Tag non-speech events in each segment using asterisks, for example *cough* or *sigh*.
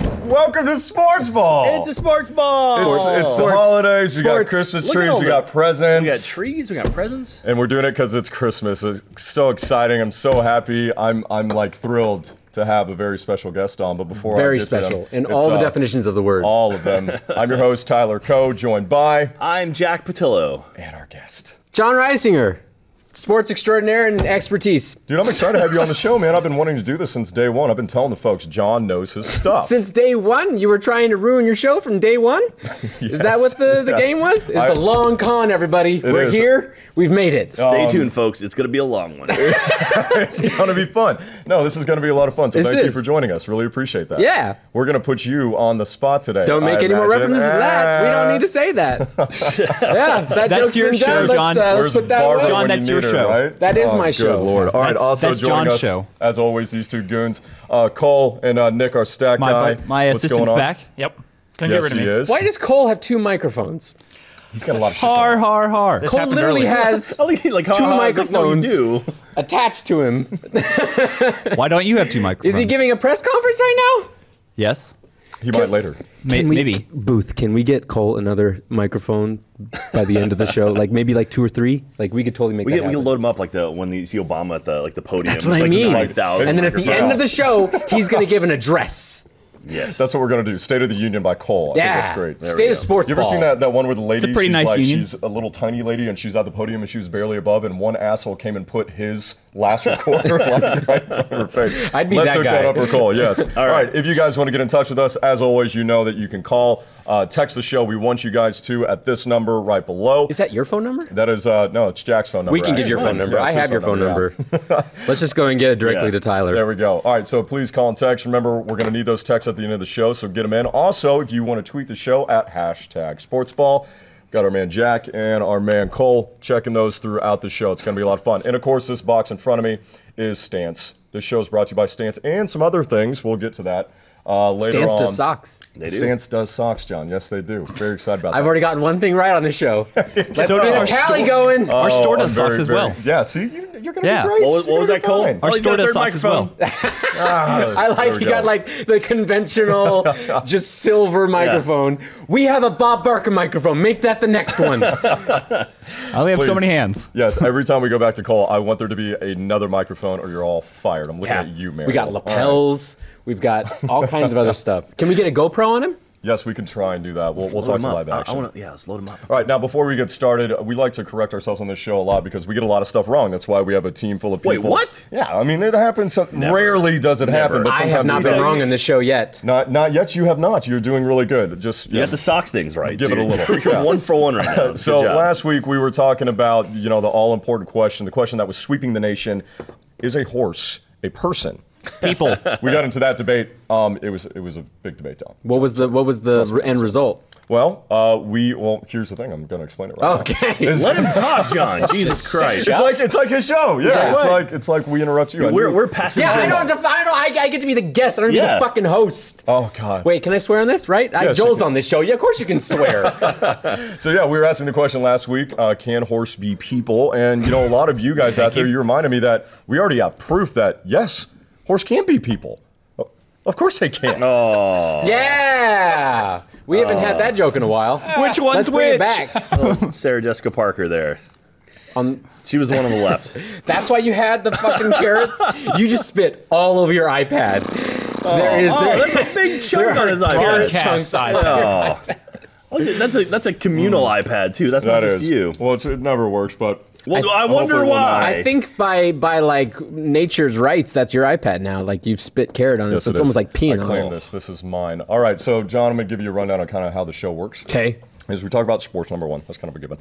Welcome to Sports Ball. It's a sports ball. It's, it's the Sports. holidays. We got Sports. Christmas Look at trees. all We the- got presents. We got trees. We got presents. and we're doing it because it's Christmas. It's so exciting. I'm so happy. I'm I'm like thrilled to have a very special guest on. But before I Very get to them, special in it's, all the uh, definitions of the word. all of them. I'm your host Tyler Coe, joined by I'm Jack Patillo. and our guest. John Reisinger, sports extraordinaire and expertise Dude, I'm excited to have you on the show, man. I've been wanting to do this since day one. I've been telling the folks John knows his stuff. since day one. You were trying to ruin your show from day *laughs* one. Is that Yes, what the, the yes. game was? It's I- the long con, everybody. We're is. here. We've made it. Stay tuned, folks. It's gonna be a long one. it's going to be fun. No, this is going to be a lot of fun. So This thank you is. for joining us. Really appreciate that. Yeah. We're going to put you on the spot today. Don't make I any more imagine. references to that. We don't need to *laughs* say that. yeah, that joke's your been show, done. Let's, John. uh, let's Where's put that Barbara away. John, when you that's your need her, show. right? That is Oh, my good show. Lord. All right. That's- also that's joining John's us, show. as always, these two goons, uh, Cole and uh, Nick, our stack My, guy. bu- my What's going assistant's on? back. Yep. Couldn't Yes, get rid of he me. is. Why does Cole have two microphones? He's got a lot of shit going Har, on. har, har. Cole happened literally earlier. *laughs* *laughs* has like two ha, ha, it's like, no, you microphones do. attached to him. Why don't you have two microphones? Is he giving a press conference right now? Yes. He might later. May- Can we- maybe. Booth, can we get Cole another microphone by the end of the show? like maybe like two or three? Like we could totally make We that can, we can happen. load them up like the when you see Obama at the like the podium. That's what it's I like mean. 9,000 and then at the microphones. end of the show, he's going to give an address. yes, That's what we're gonna do. State of the Union by Cole. I Yeah. think that's great. There State we of go. sports You ever ball. seen that, that one where the lady? pretty she's nice like, union. She's a little tiny lady and she's at the podium and she was barely above, and one asshole came and put his *laughs* last recorder like, right in front of her face. I'd be Let's that hook guy. that up for Cole. *laughs* Yes. All right. right. If you guys want to get in touch with us, as always, you know that you can call, uh, text the show. We want you guys to at this number right below. Is that your phone number? That is uh, no, it's Jack's phone number. We can get actually. your phone number. Yeah, I it's his have your phone yeah. number. *laughs* Let's just go and get it directly Yeah. to Tyler. There we go. All right, so please call and text. Remember, we're going to need those texts at the end of the show, so get them in. Also, if you want to tweet the show at hashtag sportsball, got our man Jack and our man Cole checking those throughout the show. It's going to be a lot of fun. And of course, this box in front of me is Stance. This show is brought to you by Stance and some other things. We'll get to that uh, later Stance on. to socks. They do. Stance does socks, John. Yes, they do. Very excited about that. I've already gotten one thing right on the show. Let's get a our store- tally going. Our store I'm does socks Oh, very, as very- well. Yeah, see, you, you're going to Yeah. be great. What was, what You're gonna was that be called? fine. *laughs* Our Oh, you store got a does third socks as well. microphone. Ah, I there like we you go. got like the conventional, just silver microphone. We have a Bob Barker microphone. Make that the next one. I only have so Please. many hands. Yes, *laughs* every time we go back to call, I want there to be another microphone or you're all fired. I'm looking at you, man. We got lapels. We've got all kinds of other stuff. Can we get a GoPro on him? Yes, we can try and do that. We'll, we'll Load talk 'em to up. live I- action. I want to. Yeah, let's load them up. All right, now before we get started, we like to correct ourselves on this show a lot because we get a lot of stuff wrong. That's why we have a team full of people. Wait, what? Yeah, I mean, it happens. Some, rarely does it happen, but I sometimes have not it been does. wrong in this show yet. Not, not yet. You have not. You're doing really good. Just You yeah. got the socks things right. Give it a dude. little. *laughs* You're Yeah. one for one right now. Good So job. last week we were talking about you know the all important question, the question that was sweeping the nation: Is a horse a person? *laughs* People. we got into that debate. Um, it was it was a big debate, Tom. What was the what was the re- end result? Well, uh, we well here's the thing. I'm going to explain it right Oh, Okay. now. It's, let him talk, John. Jesus Christ. it's like it's like his show. Yeah, Yeah. it's Right. like it's like we interrupt you. I We're knew- we're passing. Yeah, I jokes. don't have to. I don't. I, I get to be the guest. I don't Yeah. be the fucking host. Oh God! Wait, can I swear on this? Right? I, Yes, you Joel's can. on this show. Yeah, of course you can swear. So yeah, we were asking the question last week: uh, Can horse be people? And you know, a lot of you *laughs* guys out there, you reminded me that we already have proof that yes, horse can be people. O- Of course they can. yeah. We haven't had that joke in a while. Which one's Let's bring which? it back. Sarah Jessica Parker there. On- she was the one *laughs* on the left. That's why you had the fucking carrots. You just spit all over your iPad. there is. oh, there- that's a big chunk on his there are iPad. Oh. chunks on it. Look, that's a that's a communal iPad too. That's Mm. That not just is you. Well, it's, it never works, but Well, I- I, wonder hopefully we'll why. I think by by like nature's rights, that's your iPad now. Like you've spit carrot on it, yes, so it it's almost is. like peeing I on claim it. this. This is mine. All right, so John, I'm gonna give you a rundown on kind of how the show works. Okay. As we talk about sports, number one, that's kind of a given.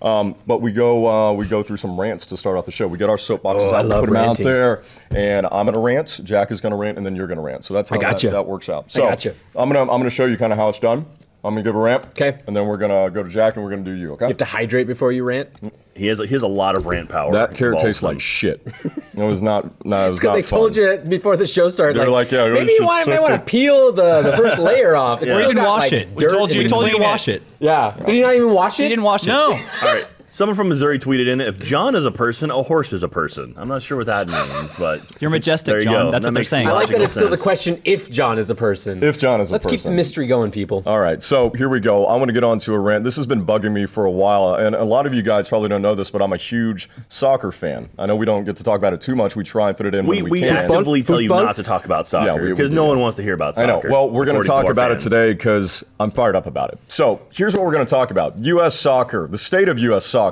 Um, but we go uh, we go through some rants to start off the show. We get our soapboxes Oh, I out, we love put them ranting. out there, and I'm gonna rant. Jack is gonna rant, and then you're gonna rant. So that's how gotcha. that, that works out. So gotcha. I'm gonna I'm gonna show you kind of how it's done. I'm gonna give a rant, 'Kay. and then we're gonna go to Jack, and we're gonna do you. Okay. You have to hydrate before you rant. he has a, he has a lot of rant power. *laughs* that carrot Of all tastes of them. like shit. *laughs* It was not. No, it was Because not they fun. told you before the show started, They're like, yeah, we maybe should you want, soak might want to it. peel the, the first *laughs* layer off. It's We still didn't got, wash like, it. We dirt told you, in we told you to between wash it. Yeah. Did you not even wash it? You didn't wash it. No. All right. Someone from Missouri tweeted in, "If John is a person, a horse is a person." I'm not sure what that means, but You're majestic, There you John. go. That's That what they're makes saying. I like that logical it's still the sense. question if John is a person. If John is a Let's keep the person. Uh, mystery going, people. All right, so here we go. I want to get on to a rant. This has been bugging me for a while, and a lot of you guys probably don't know this, but I'm a huge soccer fan. I know we don't get to talk about it too much. We try and fit it in we, when we, we can. actively tell you Football? not to talk about Yeah, soccer we- we because do no that. one wants to hear about I soccer. know. Well, we're going to according talk our about fans. it today because I'm fired up about it. So here's what we're going to talk about: U.S. soccer, the state of U.S. soccer.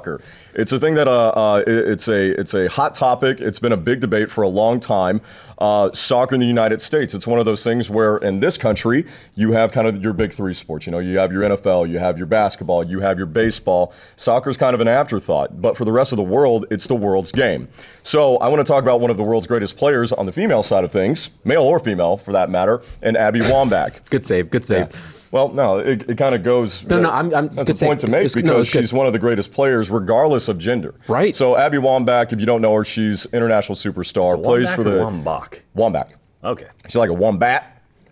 It's a thing that uh, uh, it- it's a it's a hot topic. It's been a big debate for a long time. Uh, soccer in the United States. It's one of those things where in this country you have kind of your big three sports. You know, you have your NFL, you have your basketball, you have your baseball. Soccer's kind of an afterthought, but for the rest of the world, it's the world's game. So I want to talk about one of the world's greatest players on the female side of things, male or female for that matter, and Abby Wambach. Good save. Good save. Well, no, it, it kind of goes. uh, No, no, I'm- I'm- good that's a save. point to It's- make it's- no, because it's good. she's one of the greatest players, regardless of gender. Right. So Abby Wambach, if you don't know her, she's international superstar. plays Wambach for or the Wambach. Wambach. Okay. She's like a wombat.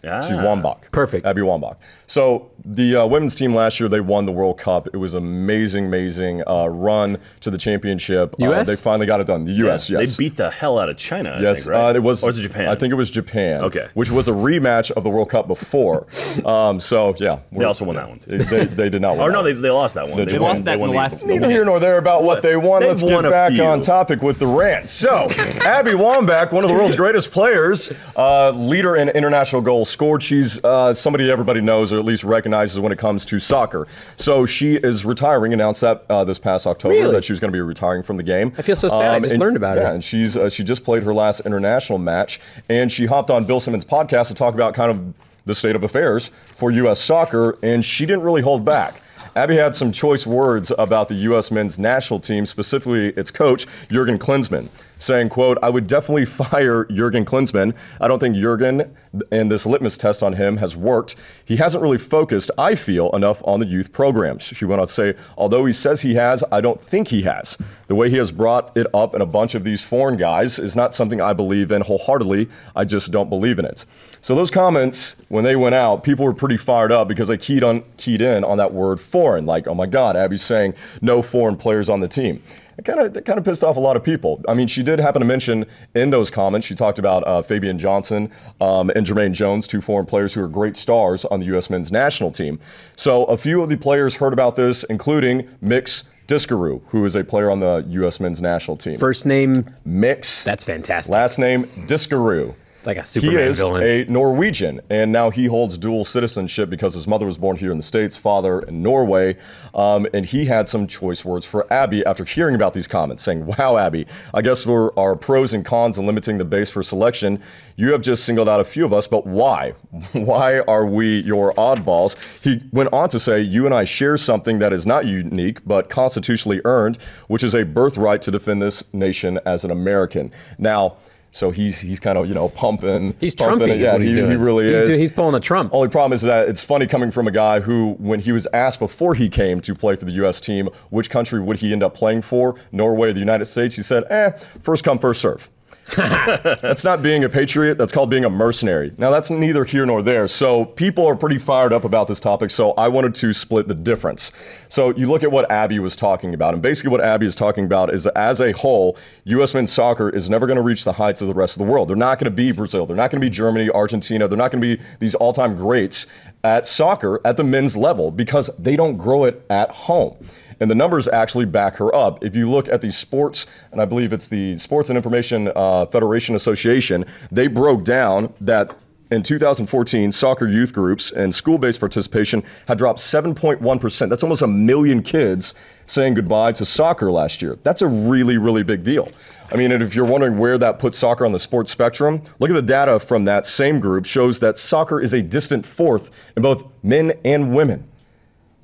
Ah. She's Wambach. Perfect. Abby Wambach. So the uh, women's team last year, they won the World Cup. It was amazing, amazing uh, run to the championship. Uh, US? they finally got it done. The U.S. Yeah, yes. They beat the hell out of China. I Yes, think, right? uh, it was. Or was it Japan? I think it was Japan. Okay. which was a rematch of the World Cup *laughs* before. um, so yeah, They also won that one. They, they- they did *laughs* not win. Or that no, one. they, they lost that one. They They won. lost that in won the last. Neither here nor there about what they won. They've Let's get won a back few. on topic with the rant. *laughs* So, Abby Wambach, one of the world's greatest players, uh, leader in international goals scored. She's uh, somebody everybody knows or at least recognizes when it comes to soccer. So she is retiring. Announced that uh, this past October Really? that she was going to be retiring from the game. I feel so sad. I just learned about yeah, her. and she's uh, she just played her last international match, and she hopped on Bill Simmons' podcast to talk about kind of the state of affairs for U.S. soccer, and she didn't really hold back. Abby had some choice words about the U.S. men's national team, specifically its coach Jurgen Klinsmann, saying, "quote I would definitely *laughs* fire Jurgen Klinsmann. I don't think Jurgen and this litmus test on him has worked. He hasn't really focused, I feel, enough on the youth programs." She went on to say, "Although he says he has, I don't think he has. The way he has brought it up and a bunch of these foreign guys is not something I believe in wholeheartedly. I just don't believe in it. So those comments, when they went out, people were pretty fired up because they keyed on keyed in on that word foreign. Like, oh my God, Abby's saying no foreign players on the team. It kind of that kind of pissed off a lot of people. I mean, she did happen to mention in those comments she talked about uh, Fabian Johnson um, and Jermaine Jones, two foreign players who are great stars on the U.S. men's national team. So a few of the players heard about this, including Mix Discaru, who is a player on the U.S. men's national team. First name. Mix. That's fantastic. Last name Discaru. it's like a He Superman is villain. a Norwegian, and now he holds dual citizenship because his mother was born here in the States, father in Norway. Um, and he had some choice words for Abby after hearing about these comments, saying, Wow, Abby, I guess there are pros and cons in limiting the base for selection. You have just singled out a few of us, but why? *laughs* Why are we your oddballs? He went on to say, You and I share something that is not unique, but constitutionally earned, which is a birthright to defend this nation as an American. Now, so he's he's kind of you know pumping. he's pumping trumping. it. Yeah, is what he's he, doing. he really he's is. do- he's pulling a Trump. Only problem is that it's funny coming from a guy who, when he was asked before he came to play for the U.S. team, which country would he end up playing for, Norway or the United States, he said, "Eh, first come, first serve." that's not being a patriot. That's called being a mercenary. Now, that's neither here nor there. So, people are pretty fired up about this topic. So, I wanted to split the difference. So, you look at what Abby was talking about. And basically, what Abby is talking about is as a whole, U.S. men's soccer is never going to reach the heights of the rest of the world. They're not going to be Brazil. They're not going to be Germany, Argentina. They're not going to be these all time greats at soccer at the men's level because they don't grow it at home. And the numbers actually back her up. If you look at the sports, and I believe it's the Sports and Information uh, Federation Association, they broke down that in 2014, soccer youth groups and school based participation had dropped 7.1%. That's almost a million kids saying goodbye to soccer last year. That's a really, really big deal. I mean, and if you're wondering where that puts soccer on the sports spectrum, look at the data from that same group shows that soccer is a distant fourth in both men and women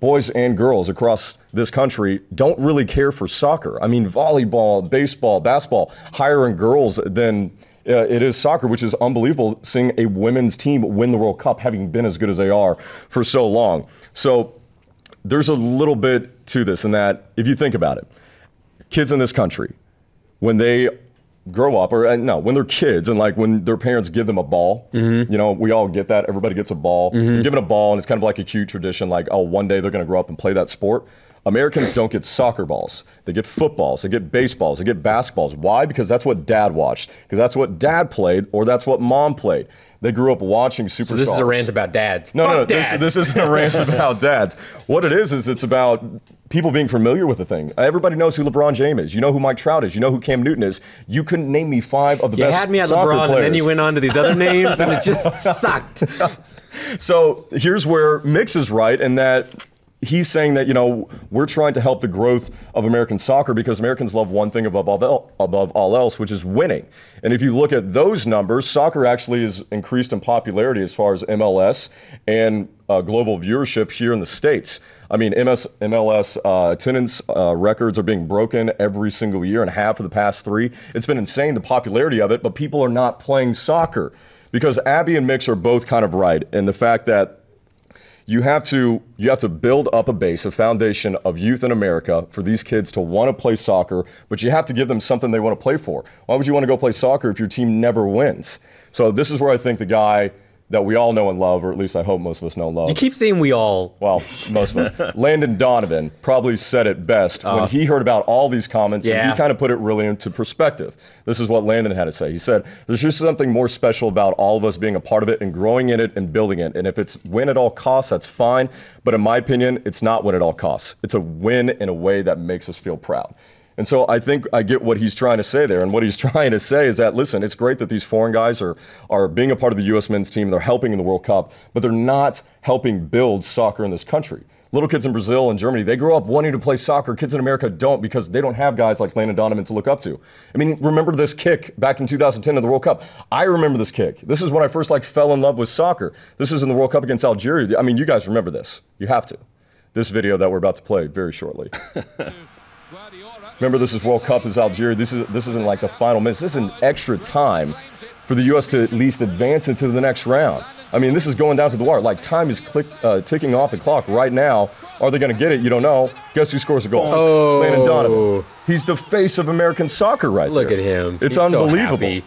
boys and girls across this country don't really care for soccer. I mean, volleyball, baseball, basketball, higher in girls than uh, it is soccer, which is unbelievable seeing a women's team win the World Cup having been as good as they are for so long. So there's a little bit to this in that if you think about it, kids in this country, when they grow up, or uh, no, when they're kids and like when their parents give them a ball, Mm-hmm. you know, we all get that. Everybody gets a ball. They're given a ball, and it's kind of like a cute tradition, like, oh, one day they're going to grow up and play that sport. Americans don't get soccer balls. They get footballs. They get baseballs. They get basketballs. Why? Because that's what dad watched. Because that's what dad played, or that's what mom played. They grew up watching superstars. So this is a rant about dads. No, Fuck no, no. dads. This, this isn't a *laughs* rant about dads. What it is is it's about people being familiar with the thing. Everybody knows who LeBron James is. You know who Mike Trout is. You know who Cam Newton is. You couldn't name me five of the you best had me at soccer LeBron, players. and then you went on to these other names, and it *laughs* just sucked. So here's where Mix is right in that he's saying that you know we're trying to help the growth of American soccer because Americans love one thing above all el- above all else, which is winning. And if you look at those numbers, soccer actually has increased in popularity as far as MLS and uh, global viewership here in the states. I mean, MS, MLS uh, attendance uh, records are being broken every single year, and half of the past three. It's been insane the popularity of it, but people are not playing soccer because Abby and Mix are both kind of right in the fact that you have to you have to build up a base, a foundation of youth in America for these kids to want to play soccer, but you have to give them something they want to play for. Why would you want to go play soccer if your team never wins? So this is where I think the guy that we all know and love, or at least I hope most of us know and love. You keep saying we all. well, most of *laughs* us. Landon Donovan probably said it best when he heard about all these comments, and Uh. Yeah. he kind of put it really into perspective. This is what Landon had to say. He said, There's just something more special about all of us being a part of it and growing in it and building it. And if it's win at all costs, that's fine. But in my opinion, it's not win at all costs. It's a win in a way that makes us feel proud. And so I think I get what he's trying to say there. And what he's *laughs* trying to say is that, listen, it's great that these foreign guys are, are being a part of the U.S. men's team. They're helping in the World Cup, but they're not helping build soccer in this country. Little kids in Brazil and Germany, they grow up wanting to play soccer. Kids in America don't because they don't have guys like Landon Donovan to look up to. I mean, remember this kick back in 2010 in the World Cup? I remember this kick. This is when I first like fell in love with soccer. This was in the World Cup against Algeria. I mean, you guys remember this. You have to. This video that we're about to play very shortly. *laughs* Remember, this is World Cup. This is Algeria. This is this isn't like the final minutes. This is an extra time for the U.S. to at least advance into the next round. I mean, this is going down to the wire. Like time is click, uh, ticking off the clock right now. Are they going to get it? You don't know. Guess who scores a goal? Oh. Landon Donovan. He's the face of American soccer right Look there. at him. It's He's so unbelievable. happy.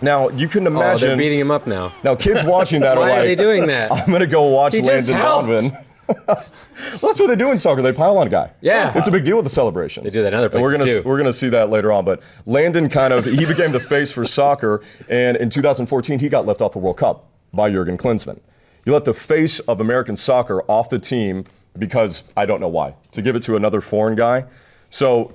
now you can Oh, they're imagine. beating him up now. now kids watching that Why are like, are they doing *laughs* that? I'm going to go watch He just Landon helped. Donovan. *laughs* well, that's what they do in soccer. They pile on a guy. Yeah. it's a big deal with the celebrations. They do that in other we're places, gonna too. we're gonna see that later on. But Landon kind of he became the face for soccer, and in 2014 he got left off the World Cup by Jurgen Klinsmann. He left the face of American soccer off the team because I don't know why to give it to another foreign guy. So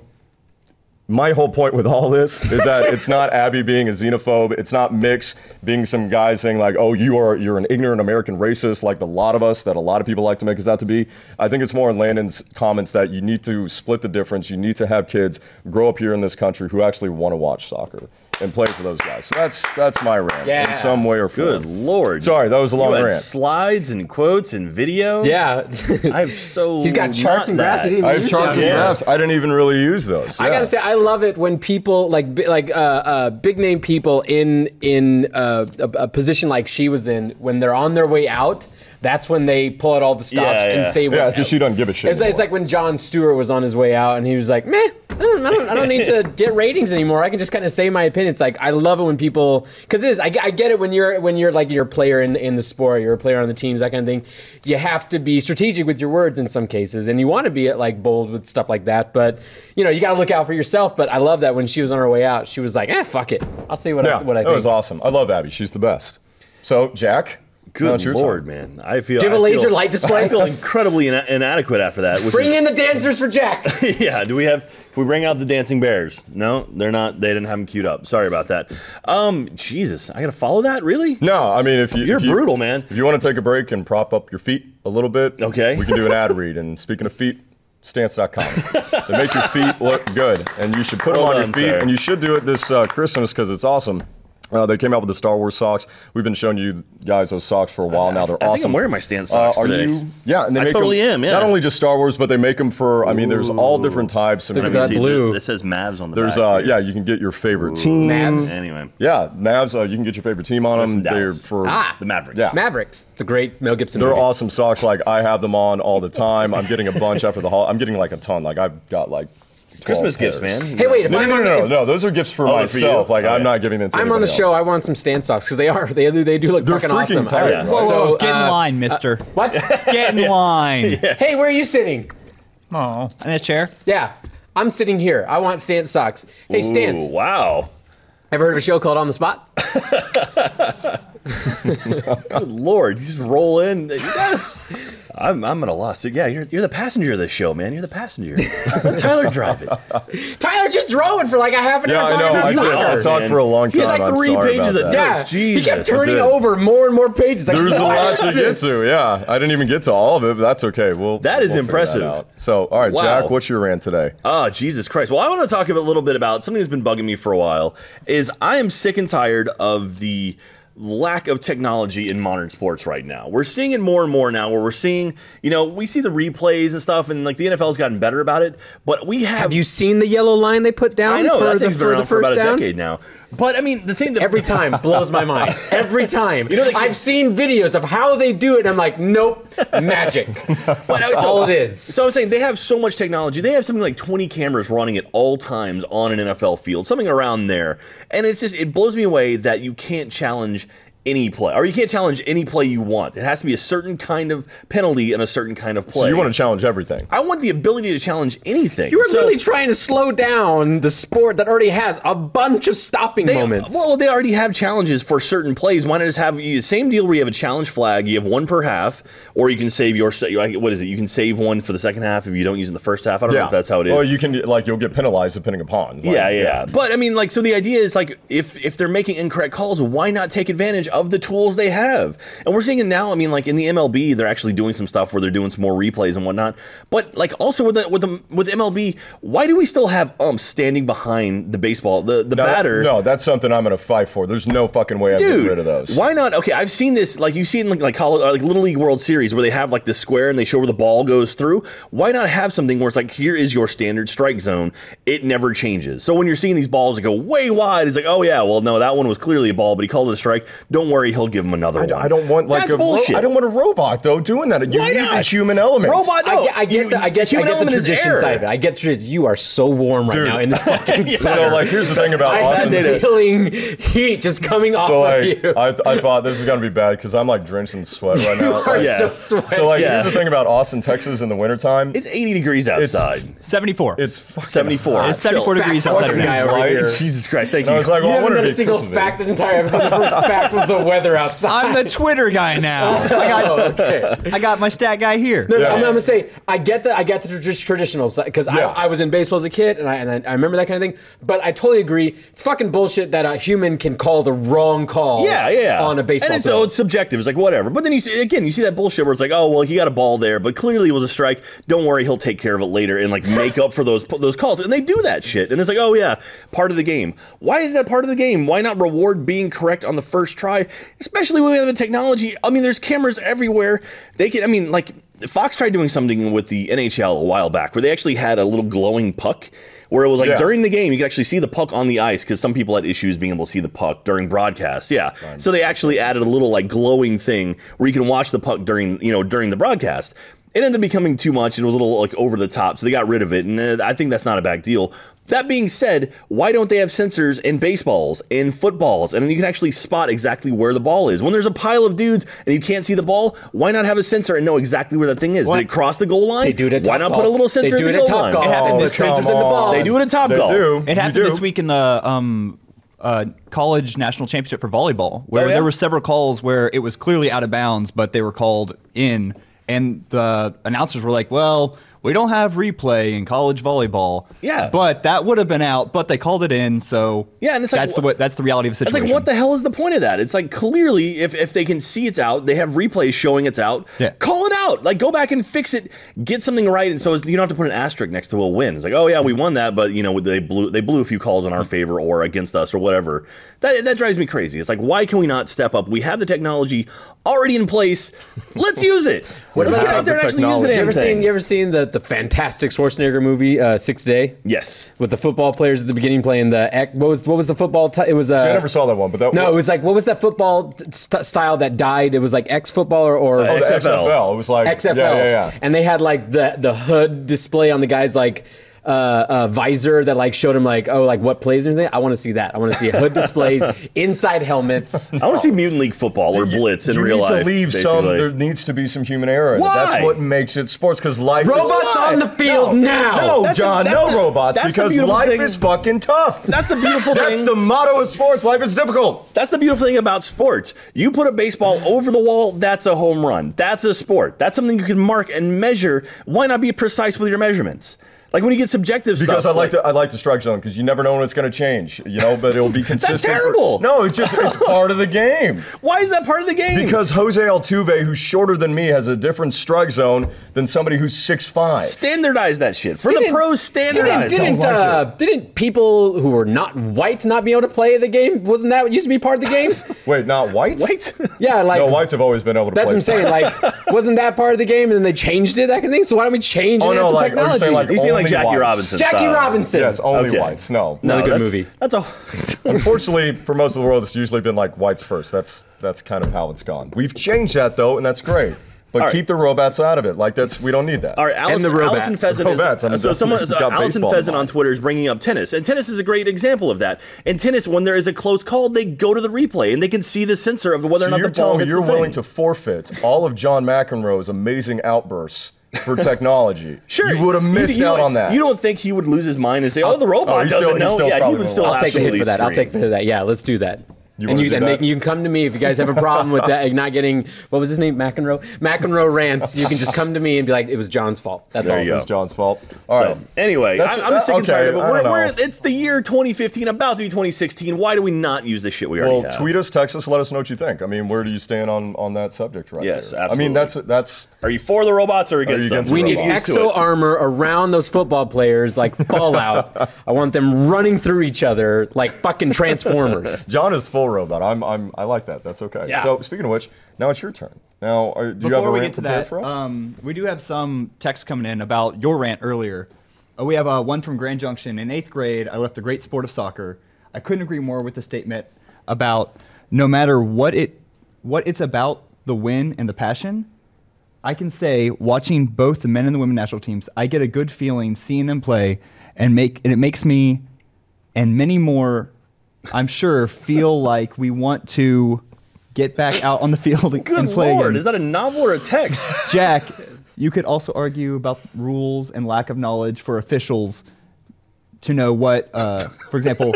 my whole point with all this is that it's not Abby being a xenophobe. It's not Mix being some guy saying like, "Oh, you are you're an ignorant American racist," like the lot of us that a lot of people like to make us out to be. I think it's more in Landon's comments that you need to split the difference. You need to have kids grow up here in this country who actually want to watch soccer and play for those guys. So that's that's my rant Yeah. in some way or form. Good lord. Sorry, that was a long you had rant. Slides and quotes and video. Yeah. *laughs* I've so He's got charts not and graphs. that. He didn't I use have charts and down here. graphs. I didn't even really use those. I gotta say, I love it when people like bi- like uh, uh, big name people in in uh, a, a position like she was in when they're on their way out. That's when they pull out all the stops Yeah, and yeah. say, yeah, what, because she doesn't give a shit. It's, it's anymore. like when John Stewart was on his way out and he was like, meh, I don't, I don't, I don't need to get ratings anymore. I can just kind of say my opinion. It's like, I love it when people, because it is, I, I get it when you're, when you're like your player in, in the sport, you're a player on the teams, that kind of thing. You have to be strategic with your words in some cases and you want to be like bold with stuff like that. But, you know, you got to look out for yourself. But I love that when she was on her way out, she was like, eh, fuck it. I'll say what, yeah, I, what I that think. was awesome. I love Abby. She's the best. So Jack, now Good it's your turn. lord, man. I feel. Do you have I a laser feel- light display? I *laughs* feel incredibly ina- inadequate after that. Which Bring is, in the dancers for Jack. *laughs* yeah. Do we have? Can we bring out the dancing bears? No, they're not. They didn't have them queued up. Sorry about that. Um, Jesus, I gotta follow that. Really? No, I mean if you You're if you- brutal, man. If you want to take a break and prop up your feet a little bit, Okay. we can do an *laughs* ad read. And speaking of feet, stance.com. they make your feet look good, and you should put Well them on done, your feet, sir. and you should do it this uh, Christmas because it's awesome. Uh, they came out with the Star Wars socks. We've been showing you guys those socks for a while now. They're I awesome. think I'm wearing my Stan socks Uh, are today. you? Yeah, and they I make totally them, am, yeah. Not only just Star Wars, but they make them for. I mean, there's all different types. And Look at Let me that see, blue. It says Mavs on the There's uh, back. yeah, you can get your favorite team. Mavs. Anyway, Yeah, Mavs. Uh, you can get your favorite team on them. from They're Dallas. for Ah. the Mavericks. Yeah. Mavericks. It's a great Mel Gibson They're movie. awesome socks. Like I have them on all the time. I'm getting a bunch after the haul. I'm getting like a ton. Like I've got like 12 Christmas gifts, pairs. man. Hey, wait, if No, I'm no, no, on- no, if- no, no. Those are gifts for Oh, they're for you? myself. like Oh, I'm yeah. not giving them. To I'm on the anybody show. else. I want some stand socks because they are they, they do look They're fucking freaking awesome. tight. Yeah. Whoa, So, get in *laughs* uh, *laughs* line, mister. What? Get in line. hey, where are you sitting? Oh, and a chair. Yeah. I'm sitting here. I want Stance socks. Hey, Stance, Ooh, wow. ever heard of a show called On the Spot? Good lord, you just roll in. I'm, I'm at a loss. Dude, yeah, you're, you're the passenger of this show, man. You're the passenger. Let Tyler drive it. Tyler just drove it for like a half an Yeah, hour I talking know. *laughs* about I did. soccer. I talked man. for a long time. He has like I'm three sorry about pages of that. notes. Yeah, he Jesus, kept I turning did. over more and more pages. Like, *laughs* There's a what lot is to get this? to. Yeah, I didn't even get to all of it, but that's okay. We'll That is we'll figure impressive. out. So, all right, Jack, Wow. what's your rant today? Oh, Jesus Christ. Well, I want to talk a little bit about something that's been bugging me for a while is I am sick and tired of the lack of technology in modern sports right now. We're seeing it more and more now where we're seeing, you know, we see the replays and stuff and like the NFL's gotten better about it, but we have Have you seen the yellow line they put down I know for, that the, thing's been for the around for about first a down? decade now. But I mean, the thing that *laughs* Every time blows my mind. Every time. You know know, they can- I've seen videos of how they do it, and I'm like, nope, *laughs* magic. That's so- all it is. So I'm saying they have so much technology. They have something like 20 cameras running at all times on an NFL field, something around there. And it's just it blows me away that you can't challenge any play, or you can't challenge any play you want. It has to be a certain kind of penalty and a certain kind of play. So you want to challenge everything? I want the ability to challenge anything. You were So- really trying to slow down the sport that already has a bunch of stopping They- moments. Well, they already have challenges for certain plays. Why not just have the same deal where you have a challenge flag, you have one per half, or you can save your se- like, what is it? You can save one for the second half if you don't use it in the first half. I don't know if that's how it is. Or you can like you'll get penalized depending upon. Like, yeah, yeah, yeah. But I mean, like, so the idea is like, if if they're making incorrect calls, why not take advantage of the tools they have? And we're seeing it now. I mean, like in the MLB, they're actually doing some stuff where they're doing some more replays and whatnot. But like, also with the with the with MLB, why do we still have umps standing behind the baseball the the No, batter? No, that's something I'm going to fight for. There's no fucking way I'm getting Dude, rid of those. why not? Okay, I've seen this. Like you've seen, like like, college, or, like Little League World Series, where they have like this square and they show where the ball goes through. Why not have something where it's like, here is your standard strike zone. It never changes. So when you're seeing these balls that go way wide, it's like, oh yeah, well no, that one was clearly a ball, but he called it a strike. Don't worry, he'll give him another I, one. d- I don't want like That's a ro- bullshit. I don't want a robot though doing that. You Why need the not? human element. Robot, I no. get, I get, You- the, I get, I human get the element is tradition error. side of it. I get the, you are so warm right Dude. now in *laughs* this fucking So sweater. like, here's the thing about I'm Austin. feeling heat just coming off *laughs* So of like, you. I, I thought this is gonna be bad because I'm like drenched in sweat right *laughs* *laughs* you now. are Like, Yeah. so sweaty. *laughs* So like, Yeah. here's the thing about Austin, Texas, in the wintertime. It's 80 degrees outside. Seventy-four. it's fucking 74. hot. It's 74 Back degrees horse outside. of guy Minnesota. over Right. here. Jesus Christ, thank And I you. was like, well, You I haven't wonder done if a it single Christmas fact this entire episode. The first fact was the weather *laughs* outside. I'm the Twitter guy now. *laughs* I got, oh, okay. I got my stat guy here. No, no, Yeah. I'm, I'm gonna say I get the I get the tradi- traditional because Yeah. I, I was in baseball as a kid and I, and I I remember that kind of thing. But I totally agree. It's fucking bullshit that a human can call the wrong call. Yeah, yeah. On a baseball. And it's, field. so it's subjective. It's like whatever. But then you see again, you see that bullshit where it's like, oh well, he got a ball there, but clearly it was a strike. Don't worry, he'll take care of it later and like make up for those *laughs* those calls. And they do that shit. And it's like, oh yeah, part of the game. Why is that part of the game? Why not reward being correct on the first try? Especially when we have the technology. I mean, there's cameras everywhere. They can. I mean, like. Fox tried doing something with the NHL a while back where they actually had a little glowing puck where it was like Yeah. during the game you could actually see the puck on the ice because some people had issues being able to see the puck during broadcasts. Yeah, so they actually added a little like glowing thing where you can watch the puck during you know during the broadcast. It ended up becoming too much. It was a little like over the top, so they got rid of it, and uh, I think that's not a bad deal. That being said, why don't they have sensors in baseballs, in footballs, and then you can actually spot exactly where the ball is? When there's a pile of dudes and you can't see the ball, why not have a sensor and know exactly where that thing is? What? Did it cross the goal line? They do it at Why Topgolf. not put a little sensor They do in it the at goal line? Topgolf. It happened Oh, this- come sensors in the on. balls. They do it at Top They Golf. do. You It happened do. this week in the um, uh, college national championship for volleyball, where Oh, yeah? there were several calls where it was clearly out of bounds, but they were called in, and the announcers were like, "Well, we don't have replay in college volleyball." Yeah. but that would have been out, but they called it in, so Yeah, and it's like, that's the way, that's the reality of the It's situation. like, what the hell is the point of that? It's like, clearly, if, if they can see it's out, they have replays showing it's out, Yeah. call it out. Like, go back and fix it, get something right. And so it's, you don't have to put an asterisk next to we'll win. It's like, oh, yeah, we won that, but, you know, they blew they blew a few calls in our favor or against us or whatever. That, that drives me crazy. It's like, why can we not step up? We have the technology already in place. Let's use it. Let's about get out there the and actually use the technology? damn you ever thing. seen you ever seen the the fantastic Schwarzenegger movie uh, Six Day yes. with the football players at the beginning playing the ec- what was what was the football t- it was uh, I never saw that one, but that no it was like what was that football t- st- style that died it was like ex football or, Uh, or oh, the XFL. XFL. It was like XFL. Yeah, yeah, yeah. And they had like the the hood display on the guy's like uh, uh, visor that like showed him like oh like what plays and everything. I want to see that. I want to see *laughs* hood displays inside helmets. I want to see Mutant League football or Blitz in you real need life. to leave some. basically. There needs to be some human error. in it. Why? That's what makes it sports. Because life Robots is on the field now. No, That's the- John, that's no the- robots. that's the Because beautiful life thing- is fucking tough. That's the *laughs* beautiful That's thing. the motto of sports. Life is difficult. That's the beautiful thing about sports. You put a baseball over the wall, that's a home run. That's a sport. That's something you can mark and measure. Why not be precise with your measurements? Like when you get subjective stuff. Because I like the I like the strike zone because you never know when it's going to change, you know. But *laughs* it'll be consistent. for- terrible. no, it's just *laughs* it's part of the game. Why is that part of the game? Because Jose Altuve, who's shorter than me, has a different strike zone than somebody who's six five. standardize that shit. For the Didn't- pros, standardize. Didn't didn't, Don't like uh, didn't people who were not white not be able to play the game? Wasn't that what used to be part of the *laughs* game? Wait, not white. *laughs* Wait. yeah, like No, whites have always been able to. that's what play I'm saying. *laughs* Like, wasn't that part of the game? And then they changed it, that kind of thing. So why don't we change Oh and add no, some like are you technology? saying like You seem like only Jackie whites? Robinson. Jackie style. Robinson. Yes, only whites. No, no, Another good that's- movie. That's a. Unfortunately, for most of the world, it's usually been like whites first. That's that's kind of how it's gone. We've changed that though, and that's great. But All right. keep the robots out of it. Like that's we don't need that. All right, Allison, the Robats. Allison Pheasant is, Robats, I'm so just- *laughs* someone so got Allison baseball in Pheasant mind. on Twitter is bringing up tennis, and tennis is a great example of that. In tennis, when there is a close call, they go to the replay and they can see the sensor of whether So or not you're the ball telling me hits you're the willing thing. to forfeit all of John McEnroe's amazing outbursts *laughs* for technology? Sure, you would have you- missed you out don't- on that. You don't think he would lose his mind and say, "Oh, the robot oh, he doesn't still- he know"? still yeah, he probably would still will. I'll take the hit absolutely for that. I'll take the scream. hit for that. Yeah, let's do that. You and wanna you, do and that? They, you can come to me if you guys have a problem with that, not getting what was his name, McEnroe, McEnroe rants. You can just come to me and be like, it was John's fault. That's There all. you go. It's John's fault. All right. So, anyway, That's- I, am that- sick and tired of it. okay, I We're, don't we're, know. it's the year 2015, about to be 2016. Why do we not use the shit we already Well, have? tweet us, text us, let us know what you think. I mean, where do you stand on, on that subject right Yes, there? I mean, that's absolutely. that's Are you for the robots or against, you them? against We the need Robot. Get used to it. exo armor around those football players like Fallout. I want them running through each other like *laughs* fucking Transformers. John is full robot. I'm I'm I like that. That's okay. Yeah. So speaking of which, now it's your turn. Now, are, do you have Before a we rant get to prepared that, for us? um, we do have some text coming in about your rant earlier. Uh, we have uh, one from Grand Junction. In eighth grade, I left the great sport of soccer. I couldn't agree more with the statement about no matter what it, what it's about, the win and the passion. I can say watching both the men and the women national teams, I get a good feeling seeing them play, and make and it makes me, and many more, I'm sure, feel *laughs* like we want to get back out on the field and, Good and play lord, again. is that a novel or *laughs* a text? Jack, you could also argue about rules and lack of knowledge for officials to know what, uh, for example,